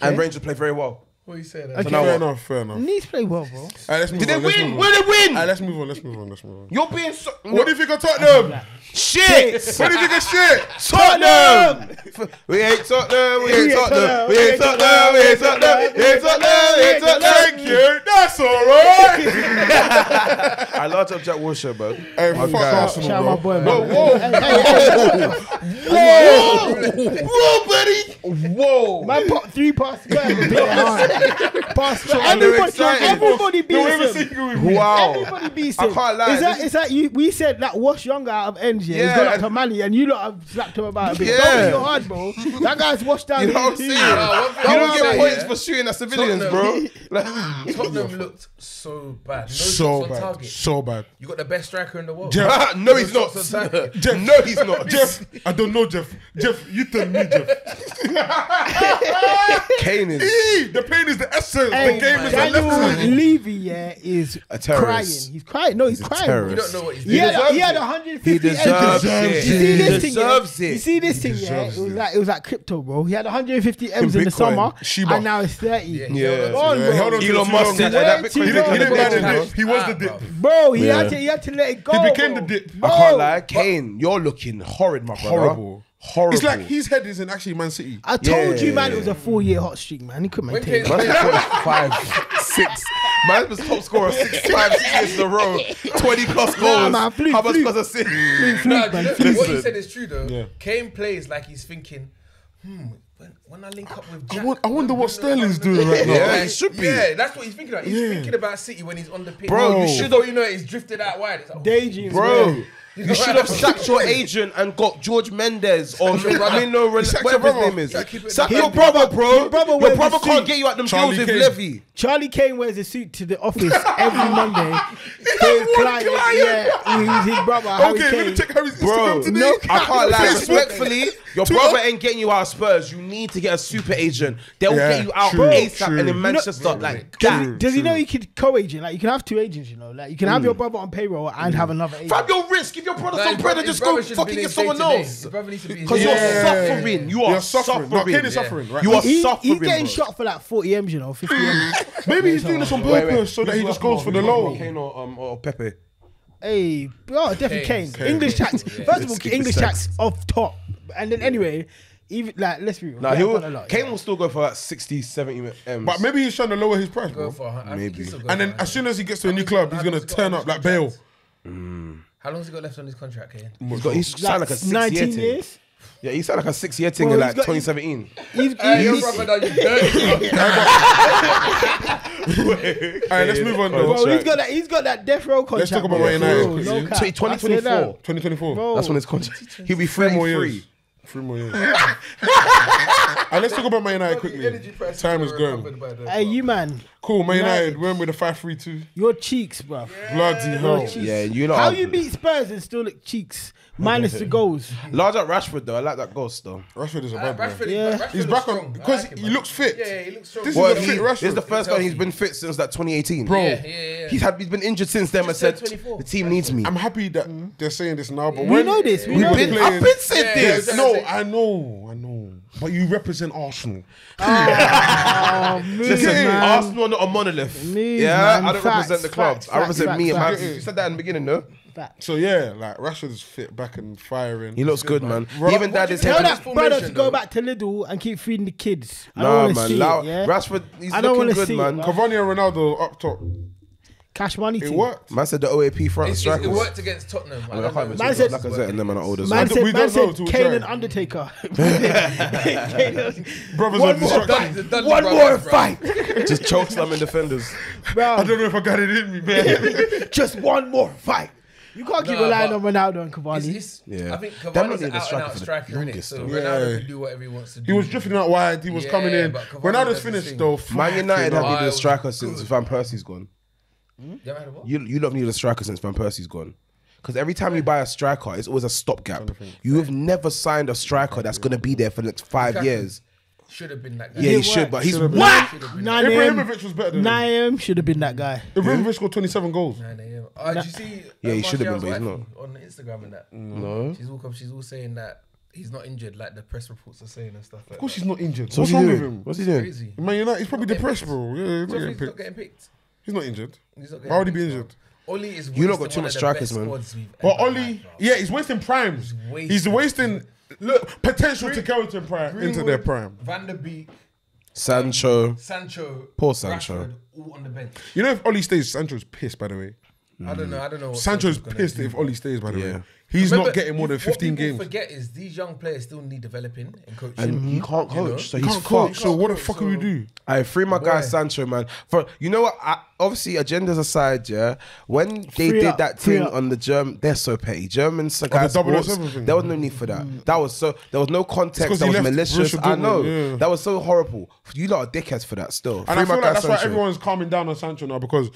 and Rangers played very well.
What are you saying?
Okay.
now
Fair
what?
enough. Fair enough. All
Needs play well, bro.
right, let's move
Did they
on, let's
win?
move on.
Will they
All right,
win?
let's move on. Let's move on. Let's move on.
You're being so.
What do you think of Tottenham?
Shit!
What do you think of shit?
Tottenham! We ain't Tottenham, we ain't Tottenham, we ain't Tottenham, we ain't Tottenham, we ain't Tottenham, we ain't Tottenham.
Thank you. That's all right.
I love up Jack Wilshere, bro.
Hey, fuck
Shout out
Arsenal,
my
bro.
boy, man.
Whoa, whoa,
Hey, hey, hey,
whoa, buddy! Whoa!
man, pop three
[laughs]
passes. Pass. Everybody,
excited.
everybody
No, we haven't
beats him.
seen you with me.
Wow.
Everybody beats
I
him.
can't lie,
It's like,
this-
it's like you, we said that Wash Younger out of Ends, yeah.
Yeah,
He's gone up
and-
to Mali and you lot have slapped him about a bit.
Yeah.
Don't be so hard, bro. That guy's washed down.
You know what I'm
his
saying?
team.
one thing
You
I
don't
will
get
say,
points
yeah.
for shooting at civilians, bro. [laughs]
Tottenham. [laughs]
Like-
Tottenham looked so bad. No
So
shots on
bad.
target.
So bad. [laughs]
You got the best striker in the world.
Gerrard-
[laughs] No, he's not.
Sorry.
No, he's not.
Oh, Jeff, I don't know, Jeff. Jeff, you tell me, [laughs] Jeff.
Kane is.
Eee, the pain is the essence.
Hey,
the game is the
Daniel
lesson.
Levy, yeah, is
A terrorist.
crying. He's crying. No, he's,
a
crying.
terrorist.
Bro.
You don't know what he's
He
doing.
had,
deserves
he had
it.
150
He deserves it.
You see
He
this thing, yeah?
deserves it.
You see this thing, yeah? It
deserves
was
it.
like it was like crypto, bro. He had 150 M's in the
Bitcoin,
summer,
Shiba.
and now it's 30.
Yeah.
Come on,
Yeah, he held on
bro.
to
Elon
it too
Musk
long.
said
that.
He
That
didn't-
Bitcoin
He didn't
was
buy the
the
dip.
dip.
He was
Ah,
the
bro.
dip.
Bro, he
Yeah.
had to he had to let it go.
He became the
bro.
dip.
Bro.
I can't lie, Kane, you're looking horrid, my brother.
Horrible. Ah,
Horrible.
It's like his head isn't actually Man City.
I told
Yeah.
you, man, it was a four-year hot streak, man. He couldn't
When
maintain.
Kane-
it.
Man's scored five, six. Man's was top scorer six times, six years in a row. 20 plus goals.
man, please,
How much
please.
plus assists?
Nah, do you know what
Listen.
he said is true though.
Yeah.
Kane plays like he's thinking, hmm, when, when I link up with
I
Jack,
won- I wonder
when-
what
when-
Sterling's
when-
doing right
now. Yeah,
Like,
he should be.
Yeah, that's what he's thinking about. He's
Yeah.
thinking about City when he's on the pitch.
Bro, you should-
Before you know it, he's drifted out wide. It's like, oh,
Daydreams,
Bro,
man.
You should have sacked your agent and got George Mendez or Ramiro, Ren-
sacked
whatever
your
his name
brother.
is.
Sack your-
Sack
His
your brother, bro.
his brother
your
wears
brother
a
can't
suit.
get you at them
Charlie
deals with
Kane.
Levy.
Charlie Kane wears a suit to the
[laughs]
office every Monday. His
one client.
yeah, he's his brother. Harry
okay, let me
Kane.
check Harry's
Bro,
Instagram today.
no,
[laughs]
I can't lie.
Facebook.
Respectfully, your
Twitter.
brother ain't getting you out of Spurs. You need to get a super agent. They'll
Yeah,
get you out
true, true.
ASAP and
You
in
know-
Manchester like
Does, he,
that.
does he know you could co-agent? Like you can have two agents, you know. Like you can
Mm.
have your brother on payroll and have another agent.
Grab your wrist. Give your brother
Nah,
some
his
bread
bro-
and
his
just go
brother should
fucking
be
get
in
someone
day-to-day.
else.
His brother needs to be in
Because
day-to-day.
you're suffering. You are
You're suffering. No, Kane is
suffering.
suffering. Right
You
now.
are
he,
suffering.
he getting
bro.
shot for like 40 m's, you know, 50 m's.
[laughs] Maybe he's doing this on
Wait, wait.
purpose so that he
Who's
just
working
goes for
on?
the
Who's working
low.
on Kane or, um, or Pepe.
Hey, oh, definitely Kane.
Kane.
English
Kane.
[laughs]
tax.
Yeah.
First of
Let's
all,
keep
English
it
tax off top, and then anyway, even like let's be real.
Nah,
we have
he'll,
done a lot,
Kane
yeah.
will still go for like 60, 70 M's.
But maybe he's trying to lower his price,
Go
bro.
for a hun- I think
Maybe.
he's still going
And then
for a
as soon as he gets to a
How
new
long's
club,
he
he's
got-
gonna
how long's he got
turn
on
up
his
like Bale.
contract? How long's he got left on his contract, Kane?
he's got he's signed like a six year
19
thing.
years.
Yeah, he signed like a six year thing
Well,
in
he's
like
got-
2017.
He's,
Hey, your
he's-
brother done you dirty. bro.
All right, let's move on.
Bro,
though.
bro, he's got that. He's got that death row contract.
talk about
bro.
Man United
Bro,
quickly.
no cap.
Twenty-
I swear
2024.
down.
2024.
Bro,
That's when his contract. He'll be three
more
more
years.
years.
Three more [laughs] years. and let's talk about Man United
Energy
quickly.
prices
Time
were
is going.
recovered by then,
Hey,
bro.
you man,
Cool, Man
United.
United went with a 5 3 2.
your cheeks, bro.
Bloody
Your
hell.
cheeks.
Yeah, you lot
How
are-
you beat Spurs and still look cheeks minus the goals?
Large at Rashford though. I like that ghost though.
Rashford is a
Uh,
bad boy.
Rashford,
Yeah.
Rashford
He's
looks
back on-
strong. I
because
like him,
he
man.
looks fit.
Yeah, yeah, he looks strong.
This is
Well,
a
he,
fit
this is
Rashford.
the first one he's
Healthy.
been fit since like 2018.
Bro.
Yeah, yeah, yeah.
he's had he's been injured since then. I
Just said
said
24.
the team needs me.
I'm happy that they're saying this now, but
We
when
know this. We
we
know
were
been-
this.
playing-
I've been said
Yeah,
this.
yeah, yeah.
No, I know, I know. But you represent Arsenal.
Oh, move,
Listen,
man.
Arsenal are not a monolith.
Move,
yeah,
man.
I don't
Facts,
represent the club.
facts,
I represent
facts,
me. and my,
facts.
you said that in the beginning, though.
Back.
So yeah, like Rashford is fit back and firing.
He looks good, man.
Bro,
He even
what
dad
do
is
you
Tell
Tell
heavy.
that
us
brother to
formation,
go
though.
back to Lidl and keep feeding the kids. I
Nah,
don't want to
man.
see
Lau-
it. Yeah?
Rashford, he's
I don't
looking
wanna
good,
see it,
man.
man.
Cavani and Ronaldo up top.
Cash money
It
team.
worked.
Man said the OAP front
It's- it's-
strikers.
it worked against
I,
Tottenham. I
mean, I
don't
can't
know.
even
Man
say
said-
that. Like I said, and them are older. so-
Man
d-
said,
we
man
don't know
said
till we
Kane
try.
and Undertaker. [laughs]
Brothers
One
of
more.
destruction.
Dudley- Dudley
One
brothers,
more
bro.
fight. [laughs] Just choke slamming defenders.
I
Bro,
don't know if I got it in me, man.
Just one more fight.
you can't keep
Nah,
relying on
but
Ronaldo and
It's,
Cavani.
it's,
Yeah.
I think
That might
Cavani's
be the
an out and out
striker for the
striker, innit?
longest,
So
though.
Yeah.
Ronaldo can do whatever he wants to do.
he was drifting out wide. He was
Yeah,
coming in.
but Cavani
Ronaldo's
does
finished
his
though.
thing.
Man
Fucking
United
hell.
have needed a
Wild.
striker since Van Persie's gone.
You ever had a what?
You you love needed a striker since Van Persie's gone. Because every time you buy a striker, it's always a stopgap. You have never signed a striker that's going to be there for the next five
Lukaku.
years.
Should have been like that.
Yeah, he
Didn't
should,
work.
but he's
Should've been.
what?
Ibrahimovic was
Mm.
better than him.
Naim should have been that guy.
Ibrahimovic scored 27 goals.
Nine a.m. Uh, did you see?
Yeah,
uh,
he should have been,
Martial's
but he's
wife On Instagram and that. No. She's all come. She's all saying that he's not injured, like the press reports are saying and stuff like
Of course
that.
he's not injured.
So
What's
he
wrong
doing?
with him?
What's he doing?
Crazy.
Man United, he's probably
Not getting
depressed,
picked.
bro. Yeah, he's
So
not
he's
getting
not
picked.
getting picked.
He's not injured.
He's not getting
Why would he be
picked,
injured?
bro. Oli is.
You lot got too
wasting one
much
of the
strikers,
best
man.
squads we've
But
ever
Oli,
had, bro.
yeah, he's wasting primes.
He's wasting-
He's wasting look potential to go into prime into their
Greenwood,
prime.
Van der Beek,
Sancho.
Sancho,
Poor Sancho.
Rashford, all on the bench.
You know, if Oli stays, Sancho's pissed. By the way,
I
Mm.
don't know. I don't know. What
Sancho's
gonna
pissed
do.
if Oli stays. By the
Yeah.
way, he's
Remember,
not getting more than
if- what
15
people
games.
Forget is these young players still need developing and coaching. Mm.
And he can't coach,
You know?
so
He
he's
can't coach.
fucked.
So what the fuck can we do?
I free my guy
Why?
Sancho, man. For you know what? I, obviously, agendas aside, yeah. When they
Free
did
up,
that
free
thing
up.
on the Germ, they're so petty. Germans, guys,
the
brought-
007 thing. Mm.
there was no need for that. That was so. There was no
'cause
context. That
he
was
left
malicious.
Borussia
I know.
Dortmund, yeah.
That was so horrible. You lot are dickheads for that. Still,
And I feel like that's why everyone's calming down on Sancho now because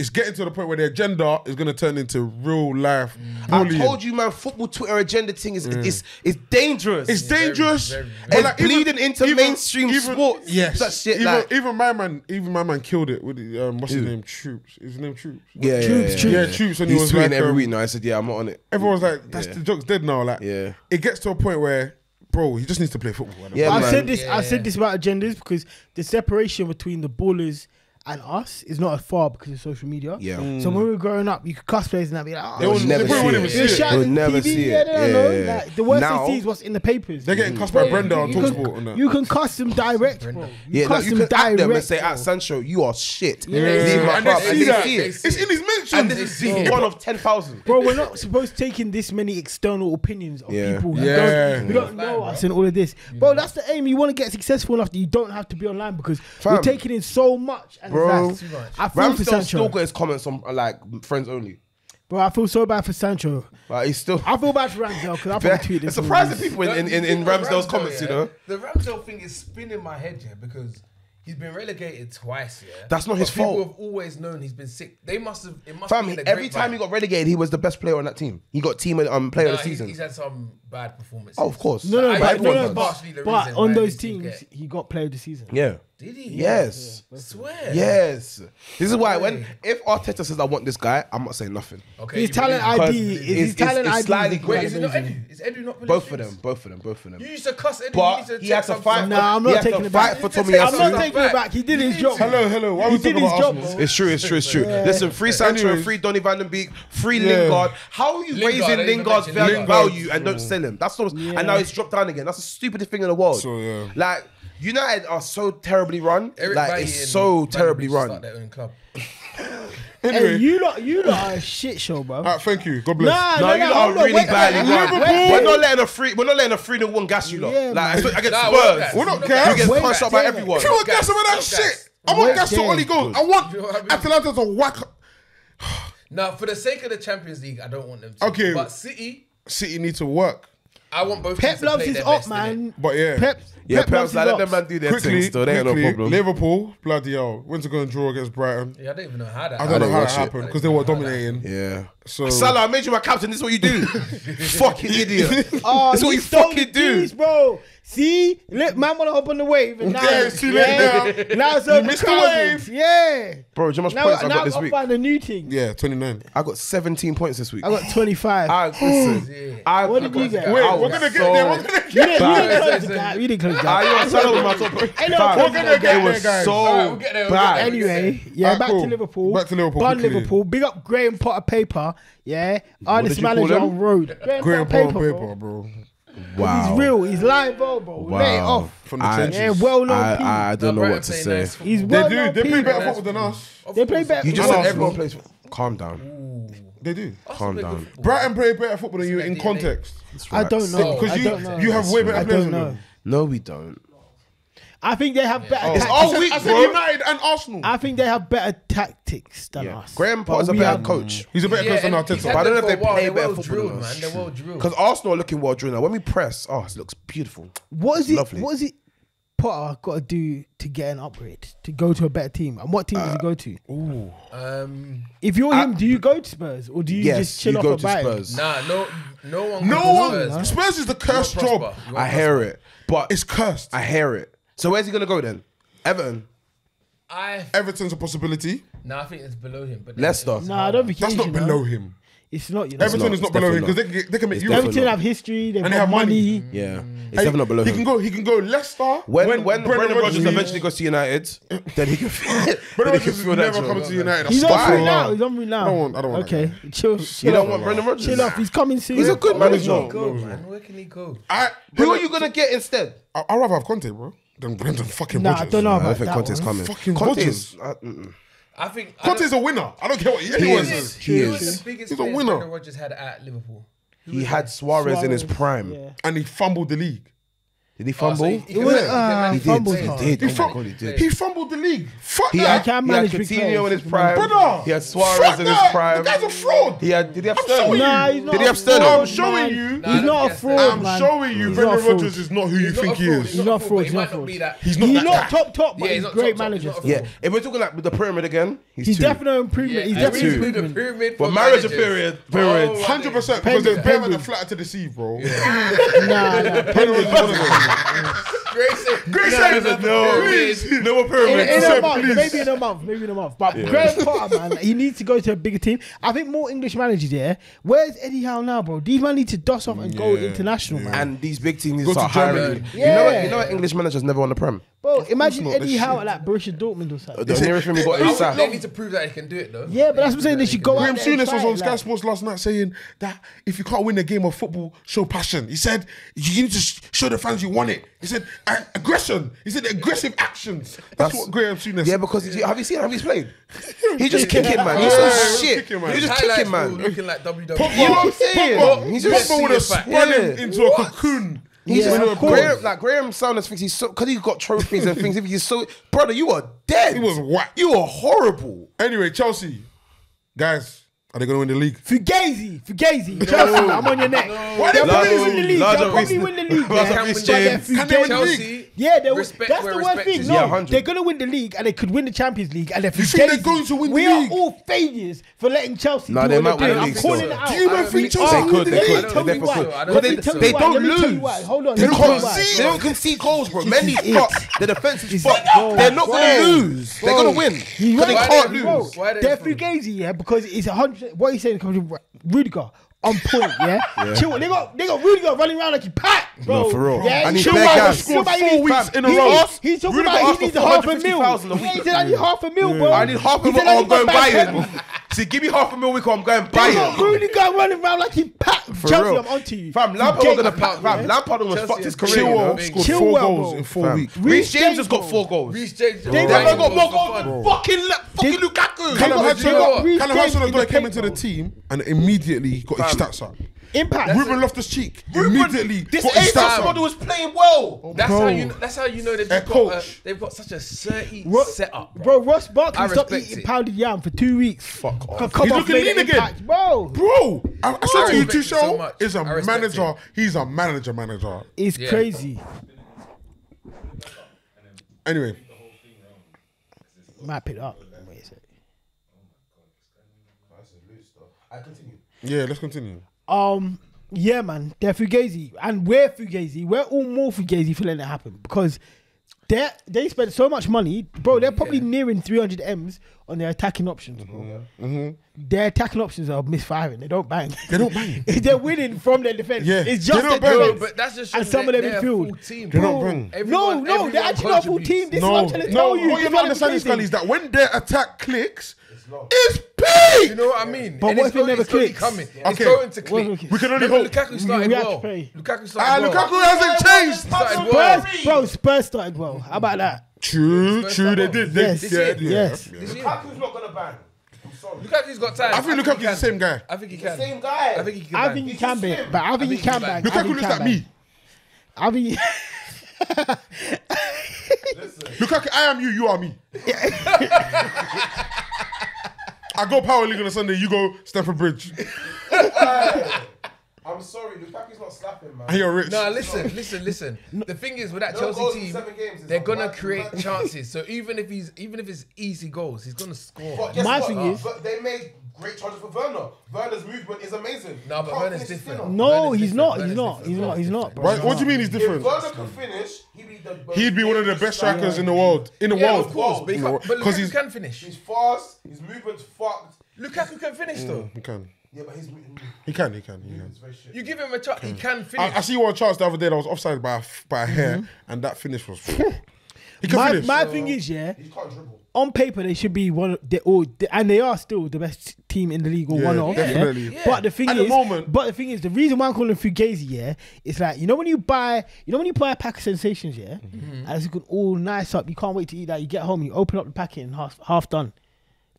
it's getting to the point where the agenda is going to turn into real life
I
bullying.
told you, man. Football Twitter agenda thing is is is dangerous.
It's dangerous.
very,
Or
very. It's bleeding into mainstream sports.
Yes,
That shit,
Even,
like-
even my man, even my man killed it with the, um, what's his name? Troops. Is his name Troops?
yeah, yeah,
Troops,
yeah,
troops.
yeah.
Yeah, Troops. And he
He's
was
tweeting
like,
every
um,
week now. I said, yeah, I'm not on it.
everyone's like, that's the joke's dead now. Like,
Yeah.
it gets to a point where, bro, he just needs to play football.
Yeah,
I've
man.
said this. I've
Yeah.
said this about agendas because the separation between the ballers and us is not as far because of social media.
Yeah. Mm.
So when we were growing up, you could cuss players and that be like, oh,
They would
shit.
never They probably see wouldn't it. even
You're
see it.
shouting
They would never
TV,
see
yeah,
it.
they don't know.
Yeah, yeah,
Like, the worst
Now-
they see is what's in the papers.
They're getting cussed by
Yeah,
Brenda on
you
You
Talksport.
can,
and that.
you can cuss them direct, bro. You
Yeah,
cuss
like you
them
can act them and
direct,
say,
bro.
"Ah, Sancho, you are shit."
Yeah.
Leave my
And they
club.
see that.
it.
It's in his mentions.
And this is
Yeah.
one of ten thousand.
Bro, we're not supposed to take in this many external opinions of
Yeah.
people who
Yeah.
don't, who
Yeah.
don't know
Fine, bro.
us and all of this. Bro, that's the aim. You want to get successful enough that you don't have to be online because we're
Fam.
taking in so much. And
Bro.
it's like,
Too much.
I feel for
Ramsdale
Sancho.
still got his comments on uh, like friends only.
Bro, I feel so bad for Sancho.
But he's still.
I feel bad for Ramsdale
[laughs]
because I probably tweeted
It's surprising people in, in, in, in
The
Ramsdale's
Ramsdale,
comments, you
yeah,
know.
The Ramsdale thing is spinning my head, yeah, because he's been relegated twice, yeah.
That's not
But
his fault.
People have always known he's been sick. They must have. It must
Family,
be
every time he got relegated, he was the best player on that team. He got team of- um, player of the
he's,
season.
he's had some bad performances.
oh, of course.
No, no,
Like,
but, no,
everyone
no,
does.
but,
Partially the
but
reason
on
why
those
these teams
teams,
get-
he got player of the season.
Yeah.
Did he?
Yes.
Swear.
Yes. This is why when if Arteta says I want this guy, I'm not saying nothing.
Okay.
His
you
talent
believe-
Because
ID is
it's-
his
it's-
talent
it's
ID.
slightly
Wait, is it not
amazing.
Edu? Is Edu not?
Both of
Phillips?
them. Both of them. Both of them.
You used to cuss Edu. you
But
used to
he
take
had to
some
fight.
stuff.
for-
Nah, I'm
he
not
had to
taking it
fight
back.
for Tommy
I'm not
Yasu.
taking it back. He did his job.
Hello, hello. Why are we
He did
talking
his
about
job,
Arsenal?
bro.
It's true, it's true, it's true. Listen, free Sancho,
Anyways.
free Donny van den Beek, free
Yeah.
Lingard. How are you
Lingard, I
raising
didn't even
Lingard's
mention
val-
Lingard.
value and don't sell him? That's not,
Yeah.
and now he's dropped down again. That's the stupidest thing in the world.
So, yeah.
Like United are so terribly run.
Eric
like
Bailly
it's
and
so
Van de
terribly
Beek
run.
should Start their own club.
Anyway,
Hey, you lot, you lot are a shit show, bro.
all right, thank you. God bless.
Nah,
No,
no,
you
no,
lot
hold
are
on,
really
wait,
badly
wait,
run.
wait,
We're
wait.
not letting a free. We're not letting a three to one gas you lot.
Yeah,
like against
Nah, we're not
Spurs,
gassed.
we're
We're
not
not
gassed.
gassed.
You get
Wait,
cursed up by
wait.
everyone.
Can we get
Gas,
some of that
gas.
shit? I want
Wait,
gas to
yeah.
only goals. I want
You know what I mean?
Atalanta to whack
Now, for the sake of the Champions League, I don't want them to.
Okay.
But City,
City need to work.
I want both. teams
Pep
to
loves
play
his
their
up,
best, innit?
man.
But yeah.
Pep,
Yeah,
Pep
perhaps
loves his
like, let them
up.
man do their
quickly,
things. Still, they ain't no
quickly,
problem.
Liverpool, bloody hell, went to go and draw against Brighton.
Yeah, I don't even know how that.
I don't know
didn't
how that
watch it.
happened because they were dominating.
Yeah.
Oh.
So-
Salah, I made you my captain. This is what you
[laughs]
do. fucking idiot.
Oh,
this is what you
stole
fucking
the
do.
keys, bro. See, look, man, wanna hop on the wave, and now
Yeah, it's too late
now. now it's over.
missed the
crowded.
wave.
yeah.
Bro, do you know how much
Now,
points I
now
got this
I'll
week?
find a new thing.
Yeah, 29.
I got 17 points this week.
[laughs]
I got 25.
Ah,
[laughs]
I, listen,
Yeah.
I,
What did
I
you
got-
get?
Wait,
I
we're
was
going to get
so-
there. We're going to get
you didn't, you
there.
didn't close the gap. You didn't close the
I,
Ah,
gap.
yo, Salah
[laughs]
was my top.
I know,
Fam,
we're gonna
get
It was
there, guys.
so
Alright, we'll get there, we'll get
bad.
there.
Anyway, yeah,
Alright,
back
cool.
to Liverpool.
Back to Liverpool
Done
quickly.
Liverpool. Big up Graham Potter paper. Yeah.
did
Artist
you call
manager
him?
on road. Graham,
Graham
Potter
Paul paper,
paper. bro.
bro.
Wow.
He's real. He's live, bro. bro. Let it off.
From the
I-
trenches.
Yeah, well known people.
I, I don't
Now,
know
Brighton
what to
play
say.
nice football.
He's
They
well
do.
known
They play
people.
better football than us.
Of
They play
course.
better.
You just
I
said
know.
everyone plays. Calm down.
They do.
Arsenal play
Calm
good
down.
football.
Brighton play better football than you
Isn't
in
that DNA?
context.
I don't know.
Because
Oh, I
you
don't know.
you have way better
I
players
don't
than
know.
them.
No, we don't.
I think they have better.
It's
tactics.
all week,
I said
bro.
United
United and Arsenal.
I think they have better tactics than
Yeah.
us.
Graham
But
Potter's a
we
bad
have-
coach.
He's a better
Yeah,
coach than
and he's
Arteta.
had
But I don't know
them
if they
for a while.
play
They're
better
well
football
drilled,
than us.
man. They're well drilled.
Because Arsenal are looking well drilled now. When we press, oh, it looks beautiful.
What is
It's
it?
lovely.
What is it? Potter got to do to get an upgrade to go to a better team, and what team
Uh,
does he go to?
Um,
If you're him, do you go to Spurs or do you just
Yes,
chill
you
off
go
and
to
buy?
Spurs.
nah, no, no one.
No
goes
one.
Spurs, man.
Spurs is the
You want
cursed
Prosper.
job.
You want
I hear it, but
It's cursed.
I hear it. So where's he gonna go then? Everton,
Prosper. I
Everton's a possibility.
nah, I think it's below him. But
Leicester.
Nah, I don't think
That's
he
not
is, you know.
below him.
It's not. You know.
Everton
not.
is not
It's
below him
definitely
because they can get- they can make
It's
you.
definitely
Everton
not.
have history. They've
And they
got
have money.
money.
Yeah, it's
Hey,
definitely not below
he
him.
Can go, he can go Leicester.
when when, Brendan Rodgers
Rodgers-
eventually goes to United, then he can. feel- then
Brendan
he can
Rodgers
feel
will
that.
never
joy.
come to United.
He's
I
on
swear
route
to
now.
God.
He's on route now.
I don't want- I don't want
Okay, chill.
You
chill
don't
off.
want Brendan Rodgers.
Chill off. He's coming soon.
He's a good
Where can
manager.
he go, man? Where can he go?
I,
Who are you gonna get instead?
I, I'd rather have Conte, bro, than Brendan fucking
Nah, I
Rodgers.
don't know about that
Conte's
one.
coming.
Fucking
Conte
Rodgers.
is- uh, mm-mm.
I think I
Conte's
don't-
a winner. I don't care what
He
anyone
is.
says.
He
Who was
is.
the biggest
He's a
player
winner.
Brendan Rodgers had at Liverpool. Who
He
was
had
that?
Suarez, in his
Suarez,
prime.
yeah.
And he fumbled the league.
Did he
Oh,
fumble?
so he-
he,
he
was,
can manage-
uh,
he can manage
fumbled
players.
hard.
did.
He,
oh
fum-
my god, he did.
he fumbled the league. Fuck
He
that.
I can't
he had
manage big
Coutinho in
players.
his prime.
Brother.
He had Suarez
Fuck
in his
that.
prime.
The guy's a fraud.
He had. Did he have
I'm showing
Sterling?
you.
Nah, he's not.
Did he
a
have Sterling?
fraud,
I'm showing
man.
you.
Nah,
he's not a
yes,
fraud,
I'm
man.
showing you,
He's not
Brendan
a fraud.
Rodgers is not who you
He's not
think
a
he
fraud,
is.
He's not
a
fraud,
but
he's
He
not
might
fraud.
not be that.
He's
He's
not
not
that guy.
top top, but
Yeah, he's
he's
not
great
top, top, he's
manager.
not a fraud.
Yeah. If we're talking like with the pyramid again, he's,
He's
two.
definitely an improvement. He's
Two.
Yeah,
definitely an
through the
improvement.
pyramid.
But
for
marriage a
managers.
period. Period.
Oh,
Hundred percent
Penguin.
because there's better than the
Penguin.
flatter to deceive, bro.
Nah,
[laughs]
nah.
Brendan
[laughs]
Rodgers is one of them.
Grace,
[laughs]
Grace said,
No,
Please.
no more
in,
pyramids.
in
Sir,
a month,
please.
maybe in a month, maybe in a month. But Graham Potter, man, he needs to go to a bigger team. I think more English managers here. Where's Eddie Howe now, bro? These man need to dust off and go international, man.
And these big teams
Go to
are
Germany.
hiring. You know, what,
Yeah.
you know, what English managers never won the prem.
bro, imagine
not,
Eddie
this
Howe at
shit.
like Borussia Dortmund or something.
The nearest thing we got is
They
Sam.
need to prove that he can do it though.
Yeah, but that's what I'm saying. They should go out
Graham
there
Souness
and
was
fight,
on
like-
Sky Sports last night saying that if you can't win a game of football, show passion. He said you need to sh- show the fans you want it. He said "A- aggression. He said aggressive actions. That's, what Graham Souness.
Yeah, because he's- have you seen how
[laughs]
he's played? He's just kicking, man. He's
Yeah,
just
he's
shit.
kicking, man.
He's just
Highlights
kicking,
were
man.
Looking like E.
Pogba,
WWE.
You know what I'm saying?
Pogba,
He's just
Pogba would have
seeing facts.
spun him
Yeah.
into a cocoon.
He's
Yeah,
just
of course.
Graham, like Graham Sounders thinks he's so because he's got trophies and things. If he's so brother, you are dead.
He was whack.
You are horrible.
Anyway, Chelsea, guys, I Are they going to win the league?
Fugazi, Fugazi, Chelsea, I'm on your neck.
Why
They'll
they
probably
lose?
win the league.
Large
They'll probably
reason.
win the league.
Large
yeah.
reason.
But they're
Can they win the
Fugazi.
league?
Yeah, they will.
Respect
That's
where
the worst
respect
thing.
is
No,
due. Yeah, 100.
they're gonna win the league and they could win the Champions League and they're
You think they're
Fugazi.
going to win the
We
league?
are all failures for letting Chelsea.
No,
do
they
what
might win
doing.
the
I'm
league
calling
still.
it out.
Do you
I
man think
don't think-
Chelsea
Oh,
will win the
They could,
league?
Let
could.
me tell
They
you
definitely
why.
could.
Let
But
me
they-
tell
they
you why.
don't
Let me tell you
lose.
why. Hold on.
They
Let me
don't
tell you
concede.
why.
They don't concede goals, bro. Mendy
is
fucked.
it.
The defense is
This is
fucked.
it.
They're not gonna
Bro.
lose. They're gonna win. But they
He
Why
can't
they-
lose.
Why they
They're
free?
Fugazi, yeah, because it's a hundred. What you saying? Coming from Rudiger on point,
[laughs]
yeah. Chill. They got they got Rudiger running around like he packed, bro.
No, for real.
Yeah,
And he's
chill
bare
out.
gas.
Chill out,
Scored
he-
four weeks in a
he-
row.
He's talking
Rudiger
about
asked
he needs
for
half a
450,000
mil.
a
Yeah, he
week.
said I need half a mil, bro.
I need half
He
of it
said,
or
I
I'm
need my
going buy
back
it.
pay.
See, give me half a mil a week or I'm going buy
They got
it.
Rudiger running around like he packed.
For
Chelsea,
real.
I'm onto you.
Fam, Lampard
Fugazi.
was gonna pack. Fam, Lampard almost
Chelsea
fucked his
is
career. you know?
Chilwell scored four
Chilwell,
goals
bro.
in four
Fam.
weeks.
Reece James has got
James,
four goals.
Reece James.
They
Right,
They've
never
got
goals
more
for
goals
fun.
than fucking Le- fucking
Callum
Lukaku.
got-
Hudson-
they got Reece
Callum
James in the
Hudson-Odoi came into the
paint,
team and immediately he got his stats up.
Impact.
Ruben Loftus-Cheek
Ruben-
immediately
This
got his
Ajax
stats
squad
up.
was playing well.
That's
Bro.
how you. That's how you know they've
Their
just got. A,
coach.
they've got such a surly
Ro-
setup,
bro. Ross
I
Barkley stopped
respect
eating
it.
pounded yam for two weeks. Fuck off. Come
He's
on,
looking
made an
lean again.
impact, bro.
Bro, I, I said
I
to you,
respect him so
Tuchel
much.
is a
I respect
manager.
him.
He's a manager, manager.
It's
Yeah.
crazy.
Anyway,
Might pick it up. Wait a sec.
yeah, let's continue.
Um, yeah, man, they're fugazi, and we're fugazi. We're all more fugazi for letting it happen because they they spent so much money, bro. They're probably nearing 300 m's on their attacking options, bro.
Mm-hmm.
Their attacking options are misfiring. They don't bang. They
don't bang.
[laughs] they're winning from their defense.
Yeah.
it's
They
just
don't
their
bang.
defense.
Bro,
but that's just
and
showing
some of
that
them in
they're a full
field.
team,
They're
bro.
not bringing.
No, no,
Everyone-
they're
everyone
actually not a full
contributes.
team. This
no,
is what I'm trying to
no,
tell you.
What
This
you're
is
not
what I'm
understanding,
saying.
Scully, is that when their attack clicks, it's peak.
You know what I mean?
But
And
what
it's
if it
only-
never
it's only
clicks?
Coming. It's
Okay.
going to
What
click.
if it
we can only
Remember
hope.
Lukaku started
We have to
well.
pray.
Lukaku
Ah,
started well.
Lukaku hasn't changed.
Started well.
Spurs, bro, Spurs started well. How about that?
True,
Spurs
true. They
started
did. They,
Yes,
yeah, yeah.
yes.
yeah.
This year.
Lukaku's not gonna ban. I'm sorry.
Lukaku's got time.
I think
he
Lukaku's the
can.
same guy.
I think he
He's the
can.
same guy.
I think he can.
I
ban.
think you
He's
can
just
bang,
him.
but I think
I
you
think he
can
can
bang.
bang.
I think
Lukaku
you
looks
can
like
bang.
me.
I mean,
Lukaku, I am you. You
[laughs]
are me. I go power league on a Sunday. You go Stamford Bridge.
I'm sorry, Lukaku's not slapping, man.
And you're rich.
No, listen, listen, listen. The thing is with that
No goals
Chelsea
in
team,
seven games is
they're
a
gonna
mad-
create
mad-
chances. So even if he's even if it's easy goals, he's gonna score.
But
man.
guess
My
what?
thing is-
But they made great charges for Werner. Werner's movement is amazing.
No, but
Can't
Werner's
finish his
different.
spin-off.
no,
Werner's
he's
different.
not. He's
Werner's
not.
different.
He's not. He's not. bro.
Why, what do you mean he's
If
different?
Werner could finish, he'd be the
He'd be one of the best strikers in the world. In the
yeah,
world,
of course. But, he
In the
can't,
world.
but
'Cause
Lukaku
he's
can finish.
He's fast. His movement's fucked.
Lukaku can finish though.
Mm.
he can.
Yeah, but his movement
He can. He can. He can.
is very shit.
You give him a chance, he
Mm.
can finish.
I, I see one chance the other day that was offside by a, f- by a hair,
Mm-hmm.
and that finish was. he can
My,
finish.
my thing is, yeah,
He can't dribble.
on paper they should be one, they all, and they are still the best team in the league or
Yeah,
one of. yeah.
definitely. Yeah.
But the thing
At
is,
the moment-
but the thing is, the reason why I'm calling Fugazi, yeah, it's like you know when you buy, you know when you buy a pack of sensations, yeah,
Mm-hmm.
Mm-hmm.
and it's looking all nice up, you can't wait to eat that. You get home, you open up the packet and half half done.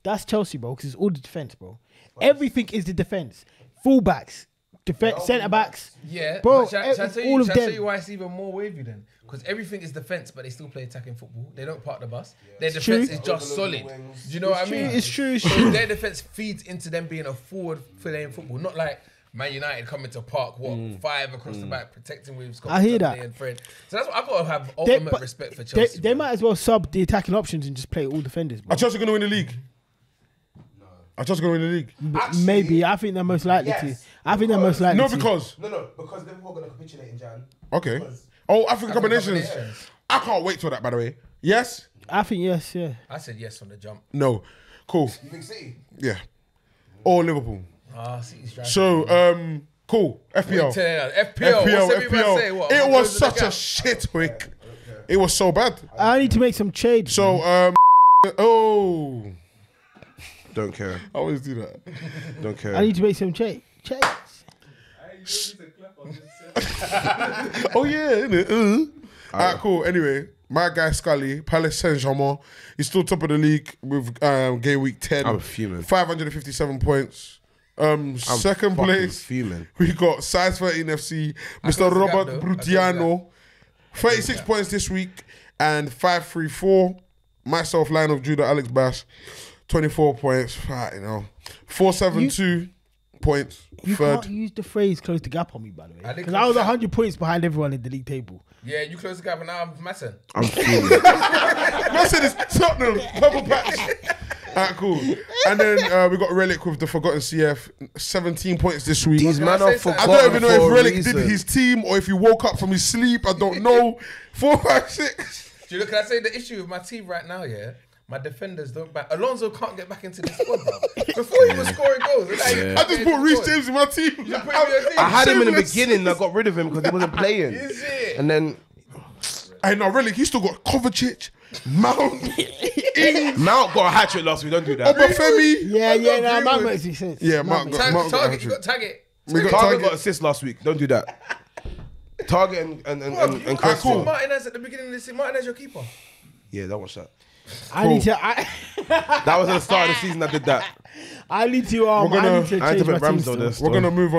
That's Chelsea, bro, because it's all the defense, bro. Everything is the defense, fullbacks, defense, centre backs.
yeah,
bro,
But shall, shall I
it's
tell
all
you,
of
shall I tell
them.
you why it's even more wavy then? Because everything is defense, but they still play attacking football. They don't park the bus. Their
true.
defense is just solid.
Overload the
Do
wings.
you know what I
true,
mean?
it's true, it's
So
true.
Their defense feeds into them being a forward playing football, not like. Man United coming to park what five across the back, protecting Williams.
Mm. I hear that.
And Fred. So that's what I've got to have
They-
ultimate
but
respect
they-
for Chelsea.
They,
bro.
might as well sub the attacking options and just play all defenders, bro.
Are Chelsea going to win the league? Are Chelsea going to win the league?
Actually-
Maybe I think they're most likely to.
Yes.
I think they're most likely
No,
to.
because
No, no, because Liverpool are going to capitulate in Jan.
okay.
Because-
Oh, African Cup of
African Cup of
Nations.
Nations.
I can't wait till that. By the way, yes,
I think yes, yeah.
I said yes from the jump.
no, cool,
You think City?
yeah, or Liverpool.
Ah, City's driving.
So, um, cool. FPL, FPL,
FPL, FPL.
FPL.
Say? What?
It was such a
sh-
shit week. It was so bad.
I need to make some trades.
So, um, oh,
Don't care.
I always do that. [laughs]
Don't care.
I need to make some trade. Trades.
Oh yeah, innit? Uh. Alright, cool. Anyway, my guy Scully, Palace Saint Germain, he's still top of the league with um, game week ten.
I'm fuming.
Five hundred and fifty-seven points. Um, second
fucking
place,
fuming.
[laughs] we got size thirteen FC,
can't
Mr.
see that,
Robert
though. I can't see
Brutiano, thirty-six points this week, and five three four. Myself, Lionel Judah, Alex Bash, 24 points. ah, You know, 472 points.
You
third.
can't use the phrase "close the gap" on me, by the way,
I did
because I was
close the gap.
hundred points behind everyone in the league table.
Yeah, you close the gap and now I'm Massen.
I'm [laughs] feeling it.
I said it's Tottenham, purple patch. Alright, cool. And then uh, we got Relic with the Forgotten CF, 17 points this week.
These men
I
are
say something?
I
forgotten
don't even know
for a
if Relic
reason.
did his team or if he woke up from his sleep. I don't know. Four, five, six.
Do you look? Can I say the issue with my team right now? Yeah, my defenders don't back. Alonso can't get back into the squad, bro. Before he was scoring goals, like,
Yeah.
I just put Reece James in my team.
just put him in your team.
I had him in the
Shameless.
beginning. I got rid of him because he wasn't playing.
Is it?
And then
I know Relic. He still got Kovacic, Mount, Ings,
[laughs] Mount got a hat trick last week. Don't do that.
Obafemi.
Yeah,
I've
yeah,
got
nah, that
Greenwood.
makes sense.
Yeah,
That
Mount
makes-
got,
Tag,
Mount got a
target, you
hat-trick.
got target.
We got
Target got
target.
assist last week. Don't do that. Target and and and, and, and
Ah, cool.
Crespo.
Martinez at the beginning of the season. Martinez your keeper.
Yeah, that was shot.
I need to. I, [laughs]
That was at the start of the season. I did that.
I need to. Um,
We're gonna-
I need to
I had to
change my
put
team.
Ramsdale
still.
there.
We're going to move on